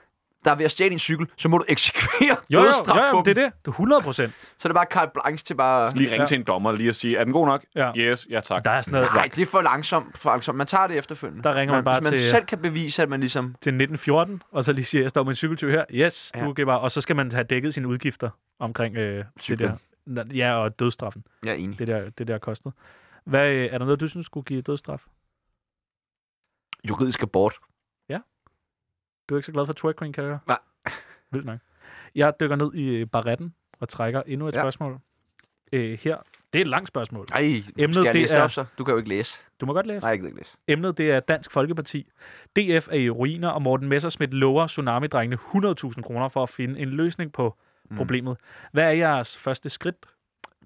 B: der er ved at stjæle en cykel, så må du eksekvere
A: Jo, jo,
B: dødsstraf
A: jo,
B: på
A: jo, det
B: dem.
A: er det. Det er 100 procent.
B: Så er det bare carte blanche til bare...
C: Lige ringe
A: Ja.
C: ja. til en dommer lige og sige, er den god nok?
A: Ja.
C: Yes, ja tak.
A: Der er sådan noget
B: Nej, det er for langsomt. For langsomt. Man tager det efterfølgende.
A: Der ringer man
B: Men
A: bare
B: hvis man
A: til-
B: selv kan bevise, at man ligesom...
A: til 1914, og så lige siger, jeg står med en cykeltyv her. Yes, ja.
B: Ja.
A: du giver bare. Og så skal man have dækket sine udgifter omkring øh, det
B: Cyklen.
A: der. Nå, Ja, og dødstraffen.
B: Jeg er enig.
A: Det der, det der kostede. Hvad, øh, er der noget, du synes skulle give dødstraf?
B: Juridisk abort.
A: Du er ikke så glad for drag queen, kan jeg høre?
B: Nej.
A: Vildt nok. Jeg dykker ned i øh, barretten og trækker endnu et ja.
B: Ja.
A: spørgsmål. Øh, her. Det er et langt spørgsmål.
B: Ej,
A: Emnet,
B: Emnet, skal jeg
A: det
B: læse
A: er-
B: det op, så? Du kan jo ikke læse.
A: Du må godt læse.
B: Nej, jeg kan ikke læse.
A: Emnet det er Dansk Folkeparti. DF er i ruiner, og Morten Messerschmidt lover tsunamidrengene 100.000 kroner for at finde en løsning på mm.
B: Mm.
A: problemet. Hvad er jeres første skridt?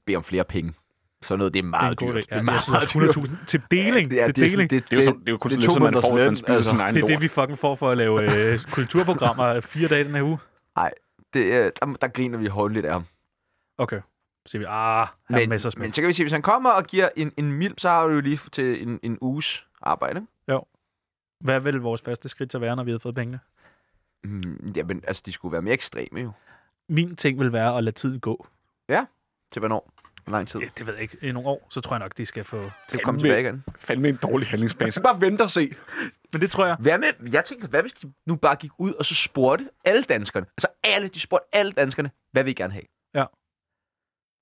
B: Bed om flere penge. Sådan noget, det er
A: Det er
B: meget
A: en god
B: dyrt.
A: idé.
B: Det
A: Ja,
B: er
A: jeg
B: meget
A: synes også,
B: dyrt.
A: 100.000 til deling. Ja, det, til
B: er sådan-
A: deling.
C: Det er jo, som, det er jo kun sådan lidt, som man får, hvis man spiser altså. sin egen
A: det er det,
C: lort.
A: vi fucking får for at lave øh, kulturprogrammer fire dage den her uge.
B: det er, der, der griner vi håndligt af ham.
A: Okay. Så siger vi, ah, herr
B: Men, men
A: Messerschmidt.
B: så kan vi sige, hvis han kommer og giver en, en mild, så har du jo lige til en, en uges arbejde. ikke?
A: Hvad vil vores første skridt så være, når vi har fået pengene?
B: Mm, jamen, altså, de skulle være mere ekstreme jo.
A: Min ting vil være at lade tiden gå.
B: Til hvornår? Hvor lang tid?
A: Ja, Det ved jeg ikke. I nogle år, så tror jeg nok, de skal få...
B: Til at komme
C: Fandme.
B: tilbage igen.
C: Fandme en dårlig handlingsplan. Så bare vente og se.
A: Men det tror jeg.
B: Hvad med, jeg tænker, hvad hvis de nu bare gik ud og så spurgte alle danskerne, altså alle, de spurgte alle danskerne, hvad vil I gerne have?
A: Ja.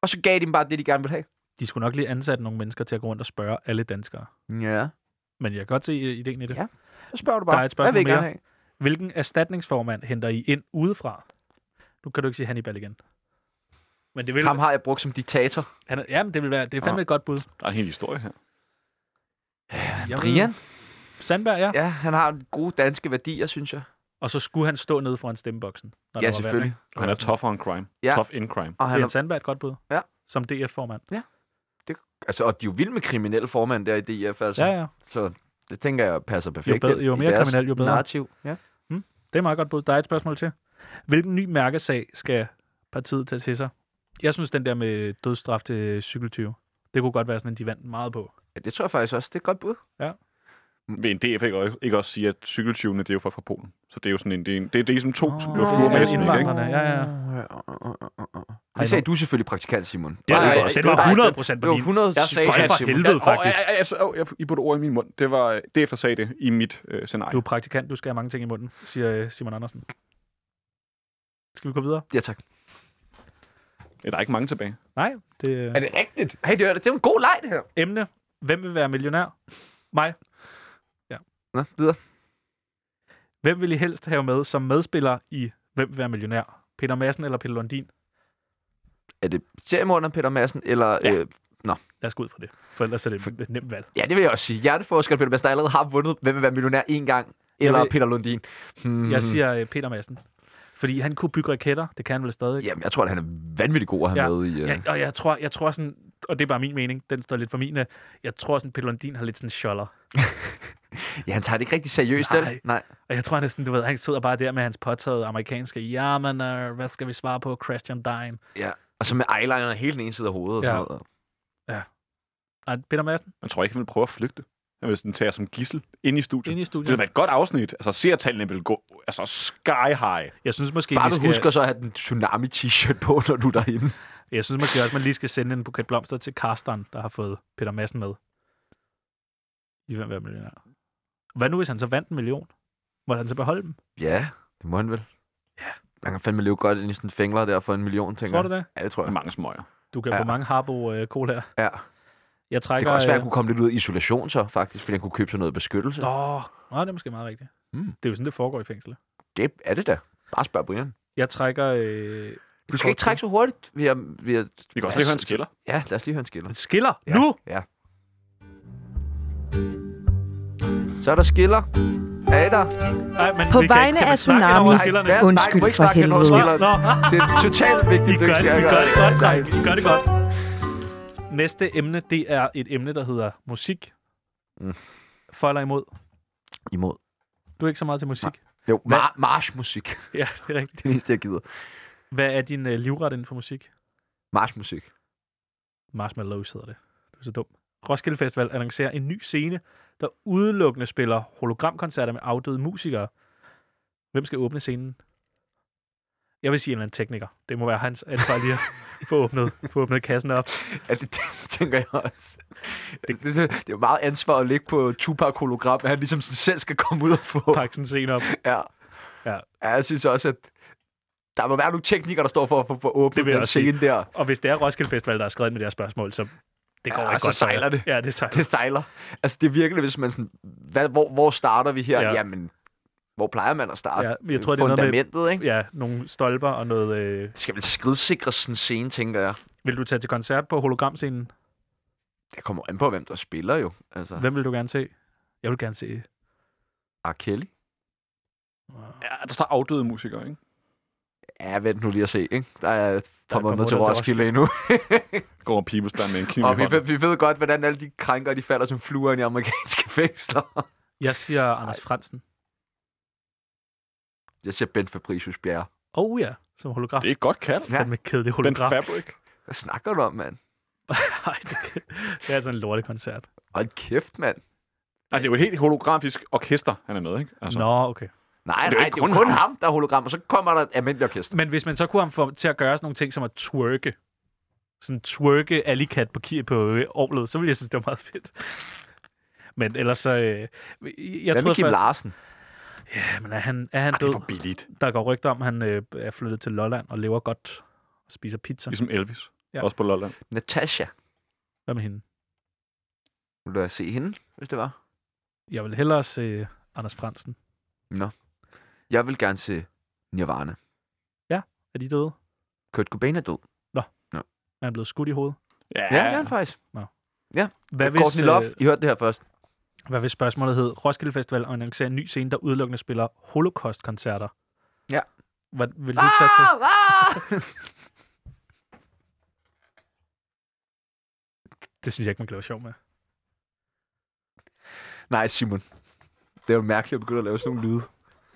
B: Og så gav de dem bare det, de gerne ville have.
A: De skulle nok lige ansætte nogle mennesker til at gå rundt og spørge alle danskere.
B: Ja.
A: Men jeg kan godt se øh, ideen i det. Ja.
B: Ja. Så spørger du
A: Der er
B: bare,
A: et
B: hvad vil I
A: spørgsmål
B: gerne have?
A: Hvilken erstatningsformand henter I ind udefra? Nu kan du ikke sige Hannibal igen. Men det vil,
B: Ham har jeg brugt som diktator.
A: han, er- jamen, det vil være, det er fandme
C: Ja.
A: et godt bud.
C: Der er en hel historie her.
A: Jeg ved-
B: Brian?
A: Sandberg, ja. ja.
B: Ja, han har gode danske værdier, synes jeg.
A: Og så skulle han stå nede foran stemmeboksen. Når der var
B: Ja,
A: valg,
B: selvfølgelig.
A: ikke?
C: Og han er tough on crime.
B: Ja.
C: Tough in crime.
B: Og,
A: Det
B: han
A: er
B: er,
A: et Sandberg et godt bud.
B: Ja.
A: Som DF-formand.
B: altså, og de er jo vilde med kriminelle formand der i DF, altså.
A: Ja, ja.
B: Så det tænker jeg passer perfekt.
A: bedre- jo
B: i
A: mere
B: deres
A: kriminel, jo bedre.
B: Narrativ. Ja.
A: Det er meget godt bud. Der er et spørgsmål til. Hvilken ny mærkesag skal partiet tage til sig? Jeg synes, den der med dødsstraf til cykeltyve, det kunne godt være sådan, at de vandt meget på.
B: ja. det tror jeg faktisk også. Det er et godt bud.
C: Vil en DF ikke også, ikke også sige, at cykeltyvene, det er jo folk fra Polen? Så det er jo sådan en, det er, en- det er, det er ligesom to, som bliver
A: Nå,
C: fluer
A: ja,
C: med et smæk, ikke?
A: indvandrerne, ja, ja.
B: Det sagde du selvfølgelig praktikant, Simon.
A: Ja,
B: Var
A: ja,
B: det
A: ja,
B: godt?
A: det var
B: dig,
A: 100% på
B: Det var
A: din.
B: 100
C: Jeg sagde,
A: Føj
C: at-
A: for helvede,
C: Åh,
A: faktisk.
C: jeg, jeg, jeg, jeg, I putte ord i min mund. Det var øh, DF, der sagde det i mit øh,
A: Du
C: scenarie.
A: er praktikant, du skal have mange ting i munden, siger øh, Simon Andersen. Skal vi gå videre?
B: Ja, tak.
C: Ja, Der er ikke mange tilbage.
A: Nej, det øh,
B: det rigtigt? Hey, det er, det er en god leg, det her.
A: emne. Hvem vil være millionær? Mig.
B: Nå, videre.
A: Hvem vil I helst have med som medspiller i Hvem vil være millionær? Peter Madsen eller Peter Lundin?
B: Er det seriemorderen Peter Madsen, eller...
A: Ja.
B: Ja. Øh,
A: Lad os gå ud fra det, for ellers er det et nemt valg.
B: ja, det vil jeg også sige. Hjerteforsker Peter Madsen, der allerede har vundet Hvem vil være millionær en gang, eller
A: vil-
B: Peter Lundin. Hmm.
A: Jeg siger øh, Peter Madsen. Fordi han kunne bygge raketter, det kan han vel stadig.
B: Jamen, jeg tror, at han er vanvittig god at have
A: Ja.
B: med i... Øh...
A: Ja, og jeg tror, jeg tror sådan, og det er bare min mening, den står lidt for min, øh, jeg tror sådan, Peter Lundin har lidt sådan en sjoller.
B: Ja, han tager det ikke rigtig seriøst,
A: Nej.
B: vel? Nej.
A: Og jeg tror, han er sådan, du ved, han sidder bare der med hans påtaget amerikanske, jamen, øh, hvad skal vi svare på, Christian Dime?
B: Ja. Og så med eyeliner hele den ene side af hovedet og
A: Ja.
B: sådan noget.
A: Og Peter Madsen,
C: Jeg tror ikke, han vil prøve at flygte. Han vil sådan tage jer som gissel ind i studiet.
A: inde i
C: Det ville
A: studiet.
C: være et godt afsnit. Altså, seertallene ville gå altså, sky high.
A: Jeg synes måske,
B: Bare
A: vi
B: du
A: skal,
B: husker så at have den tsunami-t-shirt på, når du er derinde.
A: jeg synes måske også, man lige skal sende en buket blomster til Karsten, der har fået Peter Madsen med. I hvem være millionær. Hvad nu, hvis han så vandt en million? Må han så beholde dem?
B: Ja, det må han vel.
A: Ja.
B: Man kan fandme leve godt ind i sådan en fængler der for en million, tænker
A: Tror du det?
B: jeg. Ja, det tror
C: Der er
B: jeg.
C: mange smøger.
A: Du kan ja.
B: Ja.
A: få mange harbo øh, colaer.
B: Ja.
A: Jeg
B: Det
A: trækker...
B: kan også være, at
A: øh,
B: han kunne komme lidt ud af isolation så, faktisk, fordi han kunne købe sig noget beskyttelse.
A: Nå, nå, det er måske meget rigtigt.
B: Mm.
A: Det er jo sådan, det foregår i fængslet.
B: Det er det da. Bare spørg Brian.
A: Jeg trækker... Øh,
B: Du skal ikke trække så hurtigt. Vi har, vi har...
C: Vi kan også lige høre en skiller.
B: Ja, lad os lige høre en skiller.
A: Skiller! Ja.
B: Ja.
A: Nu!
B: Ja. Så er der skiller. Er I der?
A: Nej, men
D: På
A: vi kan
D: vejegne
A: ikke- kan man
D: af
A: snakke ind over
D: tsunami.
A: skillerne?
B: Ja, nej, du
D: Undskyld
B: må ikke
D: for
B: snakke hen over
D: helvede.
B: skilleren.
A: Nå,
B: Det er totalt vigtigt,
A: I gør, det,
B: ikke
A: I
B: snakker.
A: gør det godt,
B: Nej,
A: drenge. I gør det godt. Næste emne, det er et emne, der hedder musik. Mm.
B: Mm.
A: For eller imod?
B: Imod.
A: Du er ikke så meget til musik. Nej.
B: Jo, mar- marchmusik.
A: Ja, det er rigtigt.
B: Det er det eneste, jeg gider.
A: Hvad er din øh, livret inden for musik?
B: Marchmusik.
A: Marshmallows hedder det. Du er så dum. Roskilde Festival annoncerer en ny scene, der udelukkende spiller hologramkoncerter med afdøde musikere. Hvem skal åbne scenen? Jeg vil sige en eller anden tekniker. Det må være hans ansvar lige at få åbnet, få åbnet kassen op.
B: Ja, det, det tænker jeg også. Det, det, det er jo meget ansvar at ligge på Tupac hologram, at han ligesom sådan selv skal komme ud og få.
A: Pakke sådan en scene op.
B: Ja.
A: Ja.
B: ja. jeg synes også, at der må være nogle teknikere, der står for at få- få
A: Det
B: åbnet
A: vil jeg
B: den
A: også sige.
B: scene der.
A: Og hvis det er Roskilde Festival, der har skrevet med det her spørgsmål, så det går
B: Ja,
A: ikke
B: så
A: godt. for jer.
B: sejler det.
A: Ja, det sejler.
B: Det sejler. Altså, det er virkelig, hvis man sådan, hvad, hvor, hvor starter vi her?
A: Ja.
B: Ja. Jamen, hvor plejer man at starte?
A: Ja, men jeg tror, det er noget med-
B: Fundamentet, ikke?
A: Ja, nogle stolper og noget... Øh...
B: Det skal vel skridsikre sådan en scene, tænker jeg.
A: Vil du tage til koncert på hologramscenen?
B: Det kommer an på, hvem der spiller jo. Altså, hvem?
A: Hvem vil du gerne se? Jeg vil gerne se...
B: R. Kelly?
C: Ja, der står afdøde musikere, ikke?
B: Ja, vent nu lige at se, ikke? Der er et
A: par
B: par måneder til
A: måneder til
B: Roskilde endnu.
C: Går Peoples der med en kniv i
B: og vi,
C: hånden.
B: ved- vi ved godt, hvordan alle de krænker, de falder som fluer ind i amerikanske fængsler.
A: Jeg siger Anders Fransen.
B: Jeg siger Ben Fabricius Bjerre.
A: Oh ja, som holograf.
C: Det er et godt kald.
A: er fandme kedelig
C: Ben
A: holograf.
C: Fabric.
B: Hvad snakker du om, mand?
A: Ej, det, kan- det er altså en lortekoncert.
B: Hold kæft, mand.
C: Nej, Altså, det er jo et helt holografisk orkester, han er med, ikke?
A: Altså. Nå, okay.
B: Nej,
C: Men det er jo
B: nej,
C: ikke
B: det er jo
C: kun
B: kun ham. der er hologram, og så kommer der et almindeligt orkester.
A: Men hvis man så kunne ham få til at gøre sådan nogle ting som at twerke, sådan twerke Alicat på, ki- på øh, orlet, så ville jeg synes, det var meget fedt. Men ellers så... Øh, jeg
B: Hvad med
A: troede
B: Kim
A: først,
B: Larsen?
A: ja, men er han, er han
C: Ej, det
A: død?
C: er for billigt.
A: Der går rygter om, at han øh, er flyttet til Lolland og lever godt og spiser pizza.
C: Ligesom Elvis.
A: Ja.
C: Ja. Også på Lolland.
B: Natasha.
A: Hvad med hende?
B: Vil du se hende, hvis det var?
A: Jeg vil hellere se øh, Anders Fransen.
B: Jeg vil gerne se Nirvana.
A: Er de døde?
B: Kurt Cobain er død.
A: Er han blevet skudt i hovedet?
B: Ja, ja gerne faktisk.
A: Hvad
B: Courtney
A: hvis,
B: Love,
A: øh,
B: I hørte det her først.
A: hvad hvis spørgsmålet hed Roskilde Festival og annoncerer en ny scene, der udelukkende spiller holocaust-koncerter?
B: Ja.
A: Hvad vil du tage til?
B: ah!
A: Det synes jeg ikke, man kan lave sjov med.
B: Nej, Simon. Det er jo mærkeligt at begynde at lave sådan nogle lyde.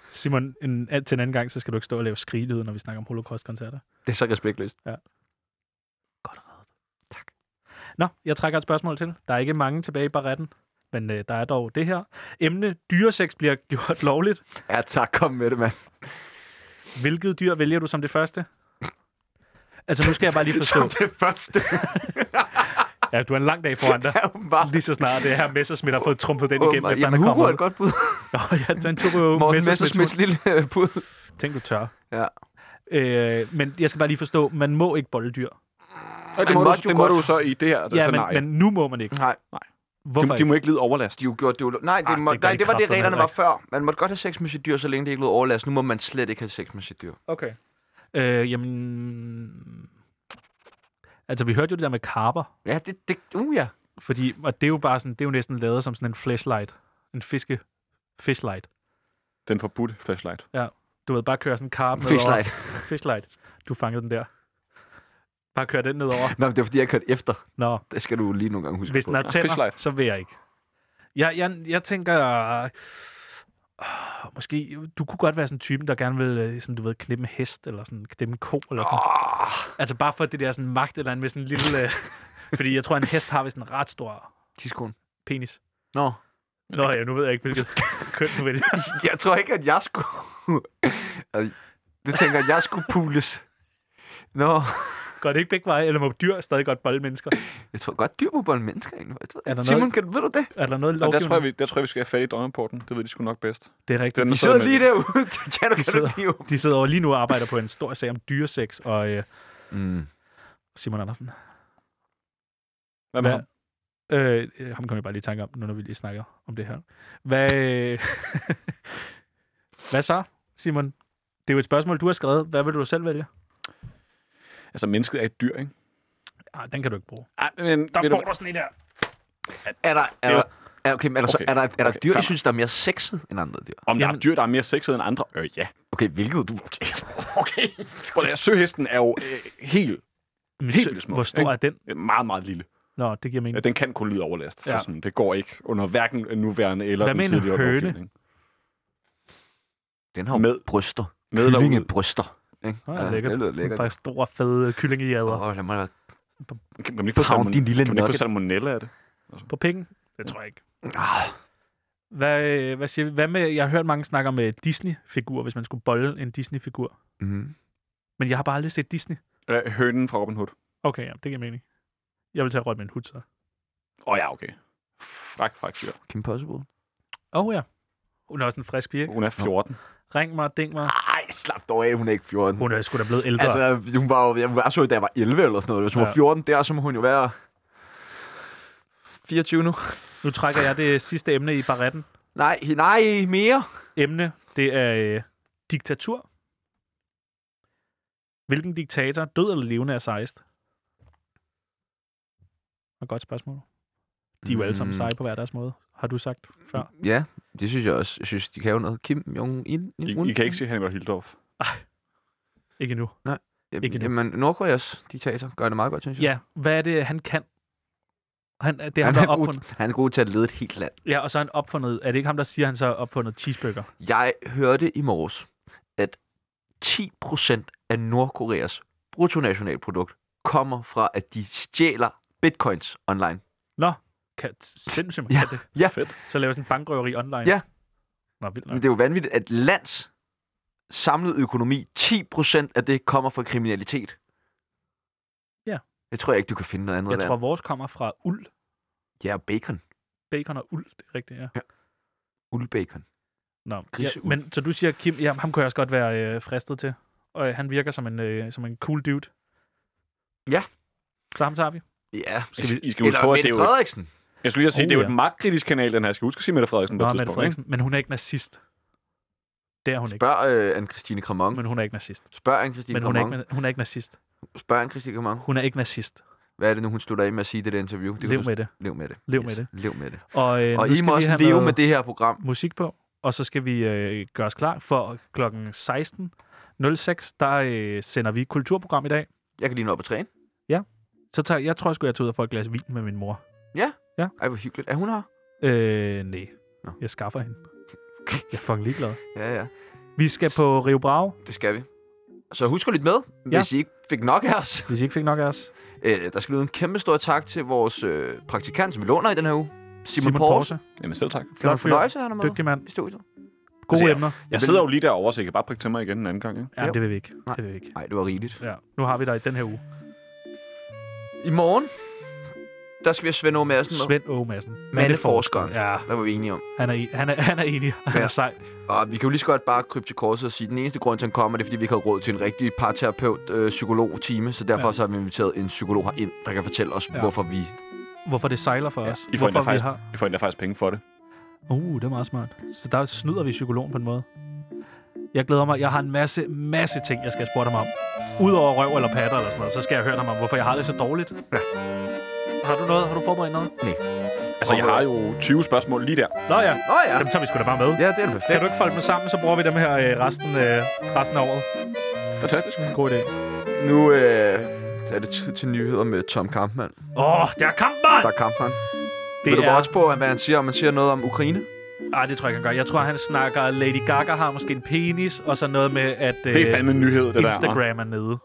A: Simon, en, til en anden gang, så skal du ikke stå og lave skrigelyde, når vi snakker om holocaust-koncerter.
B: Det er så respektløst.
A: Godt reddet. Tak. Nå, jeg trækker et spørgsmål til. Der er ikke mange tilbage i barretten, men øh, der er dog det her. Emne, dyresex bliver gjort lovligt.
B: Ja, tak. Kom med det, mand.
A: Hvilket dyr vælger du som det første? Altså, nu skal jeg bare lige forstå.
B: Som det første.
A: Ja, du har en lang dag foran dig.
B: ja, åbenbart.
A: Lige så snart det her Messerschmidt har fået trumpet den igennem,
B: Åbenbart.
A: efter han er
B: Jamen, Hugo
A: kommet.
B: er et godt bud.
A: Nå, ja, den tog jo
B: Morten
A: Messerschmidt.
B: Messersmiths lille øh, bud.
A: Tænk, du tør.
B: Ja.
A: Øh, men jeg skal bare lige forstå, man må ikke bolde dyr.
C: Og det,
B: Man
C: må du,
B: måtte jo
C: det må
B: godt.
C: du så i det her det
A: Ja, men,
C: scenarie.
A: men nu må man ikke.
B: Nej,
A: Hvorfor
C: de, de
A: ikke?
C: må ikke lide overlast.
B: de har jo gjort det ulo- Nej, det,
A: Ah,
B: ah, må,
A: det
B: det,
A: gør
B: nej,
A: de
B: det var det,
A: kraftedeme
B: reglerne
A: heller
B: var før. Man måtte godt have sex med sit dyr, så længe det ikke lød overlast. Nu må man slet ikke have sex med sit dyr.
A: Okay. Øh, jamen... Altså, vi hørte jo det der med karper,
B: Ja, det... det uh, ja.
A: fordi, og det er jo bare sådan, det er jo næsten lavet som sådan en flashlight. En fiske fishlight.
C: Den forbudte flashlight.
A: Du ved, bare køre sådan en karpe
B: Fishlight.
A: nedover. Fishlight. Du fangede den der. Bare køre den nedover.
B: Nå, men det er fordi, jeg kørte efter.
A: Nå,
B: Det skal du lige nogle gange huske
A: hvis
B: på.
A: den har tænder,
C: Ah, fishlight.
A: så vil jeg ikke. Jeg, jeg, jeg tænker... øh, Måske, du kunne godt være sådan en type, der gerne vil, øh, sådan, du ved, knippe en hest, eller sådan, knippe en ko, eller sådan
B: Åh,
C: Ah.
A: Altså bare for det der sådan magt eller andet med sådan en lille... øh, fordi jeg tror, en hest har vist en ret stor
B: tidskolen.
A: penis.
B: Nå.
A: Nå ja, nu ved jeg ikke, hvilket køn du vælger.
B: Jeg tror ikke, at jeg skulle... Altså, du tænker, at jeg skulle pules. Nå,
A: Går det ikke begge veje, eller må dyr stadig godt bolde mennesker?
B: jeg tror godt, dyr må bolde mennesker egentlig. Jeg ved
A: Er der
B: ikke. Simon,
A: noget-
B: kan, ved du det?
A: Er der noget
C: Og der
A: lovgivning?
C: tror, jeg, vi, der tror jeg, vi skal have fat i drongeporten. Det ved de sgu nok bedst.
A: Det er rigtigt.
C: Den
B: De
C: er
A: De,
C: så- sidder
B: sidder
C: med
B: lige
C: det.
B: derude.
A: De
B: Tjano, kan du
A: sidder.
B: knive?
A: de sidder over lige nu og arbejder på en stor sag om dyresex og øh,
B: Mm.
A: Simon Andersen.
C: Hvad med
A: Hvad-
C: ham?
A: Øh, øh, ham kom jeg bare lige i tanke om, nu når vi lige snakker om det her. Hvad, øh, Hvad så, Simon? Det er jo et spørgsmål, du har skrevet. Hvad vil du selv vælge?
C: Altså, mennesket er et dyr, ikke?
A: Ah, den kan du ikke bruge.
C: Ej, men...
A: Der får du sådan en der.
B: Er der, er
C: Det er
B: der, er, okay, men er der, så,
C: Okay,
B: er der, er der
C: okay,
B: dyr,
C: fair
B: I synes, der er mere sexet end andre dyr?
C: Om der er
A: Jamen-
C: dyr, der er mere sexede end andre? Øh, ja.
B: Okay, hvilket du... Okay.
C: Okay. Prøv at, søhesten er jo øh, helt,
A: Men
C: Helt
A: så-
C: vildt smuk,
A: Hvor stor
C: ikke?
A: er den?
C: øh, meget, meget lille.
A: Nå, det giver mening.
C: Ja, den kan kun lide overlast.
A: Ja.
C: Ja. Så sådan, det går ikke under hverken nuværende eller
A: Hvad
C: den
A: med en
C: tidligere
A: høne?
C: lovgivning.
B: Den har jo
C: Med-
B: bryster.
C: Med eller uden?
B: bryster. Ikke?
A: Nå, ja, lækkert.
B: Det lyder
A: Sådan
B: lækkert.
A: Bare store, fede kyllingehjerder.
B: Åh, oh, lad mig da
C: Kan man ikke få,
B: Pound
C: salmon-
B: din lille
C: kan man ikke få
B: nugget.
C: salmonella af det?
A: På penge? Det tror jeg ikke.
B: Ah,
A: Hvad, øh, hvad, siger vi? hvad med, jeg har hørt mange snakke om øh, Disney-figurer, hvis man skulle bolle en Disney-figur.
B: mm.
A: Men jeg har bare aldrig set Disney.
C: Øh, hønen fra Robin Hood. Åh
A: Okay, ja, det giver mening. Jeg vil tage rødt med en hud, så.
C: oh, ja, okay. Frak, frak dyr.
B: Kim Possible.
A: Åh oh, ja. Hun er også en frisk pige, ikke?
C: Hun er 14.
A: Ring mig, ding mig.
B: Nej, slap dog af, hun er ikke 14.
A: Hun er sgu da blevet ældre. Altså,
B: Altså, hun var jo, jeg var så, da jeg var 11 eller sådan noget. Hvis hun ja.
A: Ja.
B: var 14 der, så må hun jo være 24 nu.
A: nu trækker jeg det sidste emne i barretten.
B: Nej, nej, mere.
A: Emne, det er øh, diktatur. Hvilken diktator, død eller levende, er sejst? Og godt spørgsmål. De er jo alle sammen
B: Mm.
A: seje på hver deres måde, har du sagt før.
B: Ja, det synes jeg også. Jeg synes, de kan jo noget. Kim Jong-un.
C: I, I kan ikke sige Hannibal Hildorf.
A: Ikke nu.
B: Jamen,
A: ikke
B: ikke
A: endnu.
B: jamen Nordkoreas diktator gør det meget godt, synes jeg.
A: Ja, hvad er det, han kan? Han, det er ham, der
B: han,
A: har
B: er god,
A: opfundet.
B: han er god til at lede et helt land.
A: Ja, og så er han opfundet. Er det ikke ham, der siger, at han så har opfundet cheeseburger?
B: Jeg hørte i morges, at 10% af Nordkoreas bruttonationalprodukt kommer fra, at de stjæler bitcoins online.
A: Kan, sindssygt, man
B: Ja,
A: kan det.
B: ja.
C: Fedt.
A: Så laver sådan en bankrøveri online.
B: Ja.
A: Nå, vildt
B: Men
A: nok.
B: det er jo vanvittigt, at lands samlede økonomi, 10% af det kommer fra kriminalitet.
A: Ja.
B: Det tror jeg ikke, du kan finde noget andet
A: Jeg
B: land.
A: tror, vores kommer fra uld.
B: Ja, bacon.
A: Bacon og uld, det er rigtigt, ja.
B: Uldbacon.
A: Nå, ja,
B: Griseuld.
A: men så du siger, Kim, ja, ham kunne jeg også godt være øh, fristet til. Og øh, han virker som en, øh, som en cool dude.
B: Ja.
A: Så ham tager vi.
B: Ja.
C: Skal vi, I skal huske
B: Eller
C: på, at det
B: Mette
C: er jo,
B: Frederiksen.
C: jeg skulle lige at sige,
A: Oh,
C: det er jo
A: ja.
C: et magtkritisk kanal, den her. Jeg skal huske at sige Mette Frederiksen på
A: Nå,
C: et
A: Mette
C: tidspunkt. Ikke?
A: Frederiksen. Men hun er ikke nazist. Det er hun ikke.
B: Spørg øh, Anne-Christine Kramon.
A: Men hun er ikke nazist.
B: Spørg Anne-Christine
A: Men hun er,
B: Kramon.
A: ikke, hun er ikke nazist.
B: Spørg Anne-Christine Kramon.
A: Hun er ikke nazist.
B: Hvad er det nu, hun slutter af med at sige i det der interview? Det kan
A: Lev
B: du-
A: med det.
B: Lev med det.
A: Lev med det.
B: Lev med det.
A: Og, øh,
B: Og
A: nu
B: I
A: skal
B: må
A: vi
B: også
A: have
B: leve
A: noget
B: med det her program.
A: musik på, og så skal vi øh, gøre os klar for klokken 16.06. Der øh, sender vi kulturprogram i dag.
B: Jeg kan lige nå op og træne.
A: Så tager, jeg tror sgu, jeg tager ud og får et glas vin med min mor.
B: Ej, hvor hyggeligt. Er hun her?
A: Øh, nej.
B: Nå.
A: Jeg skaffer hende. Jeg er fucking ligeglad.
B: Ja, ja.
A: Vi skal på Rio Bravo,
B: Det skal vi. Så husk at lytte med,
A: Ja.
B: hvis I ikke fik nok af os.
A: hvis I ikke fik nok af os.
B: Øh, der skal lyde en kæmpe stor tak til vores øh, praktikant, som vi låner i den her uge. Simon, Simon Poulsen.
C: Jamen selv tak.
B: Det var
A: Flot
B: en
A: fyr.
B: fornøjelse, at han er med
A: Dygtig mand.
B: i studiet.
A: Gode
C: Altså, jeg-
A: emner.
C: Jeg sidder jo lige derovre, så jeg kan bare prikke til mig igen en anden gang. Ikke?
A: Ja,
B: Jo.
A: det vil vi ikke.
B: Nej.
A: Det vil vi ikke.
B: Nej, det var rigeligt.
A: Ja. Nu har vi dig i den her uge.
B: I morgen, der skal vi have Svend Aage Madsen med.
A: Svend Åge Madsen.
B: Mandeforskeren.
A: Ja,
B: Der var vi enige om.
A: han er, i- han er, han er enig. Han er
B: Ja.
A: sej.
B: Og vi kan jo lige så godt bare krybe til korset og sige, at den eneste grund til, at han kommer, det er, fordi vi ikke havde råd til en rigtig parterapeut øh, psykolog-time. Så derfor
A: Ja.
B: ja. så har vi inviteret en psykolog ind, der kan fortælle os,
A: Ja.
B: ja. hvorfor vi...
A: Hvorfor det sejler for
B: Ja,
A: os.
C: I får, endda
A: Hvorfor
C: faktisk, I får endda faktisk penge for det.
A: Uh, det er meget smart. Så der snyder vi psykologen på en måde. Jeg glæder mig. Jeg har en masse, masse ting, jeg skal have spurgt ham om. Udover røv eller patter eller sådan noget, så skal jeg høre ham om, hvorfor jeg har det så dårligt. Ja. Har du noget? Har du forberedt noget?
C: Altså, jeg har jo 20 spørgsmål lige der.
A: Nå ja,
B: Åh oh, ja.
A: dem tager vi sgu da bare med.
B: Ja, det er da perfekt.
A: Kan du ikke folde dem sammen, så bruger vi dem her øh, resten, øh, resten af året.
C: Fantastisk.
A: God idé.
B: Nu øh, er det tid til nyheder med Tom Kampmann.
A: Åh, oh, der er kamp, mand!
B: Der er Kampmann.
A: Det
B: Vil du
A: er...
B: bare også på, hvad han siger? Om han siger noget om Ukraine?
A: Ej, det tror jeg ikke, han gør. Jeg tror, han snakker, Lady Gaga har måske en penis, og så noget med, at øh,
C: Det er fandme en nyhed, det der.
A: Instagram er nede.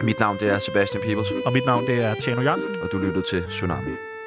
B: Mit navn det er Sebastian Peebles,
A: Og mit navn, det er Tjano Jørgensen.
B: og du lytter til Tsunami.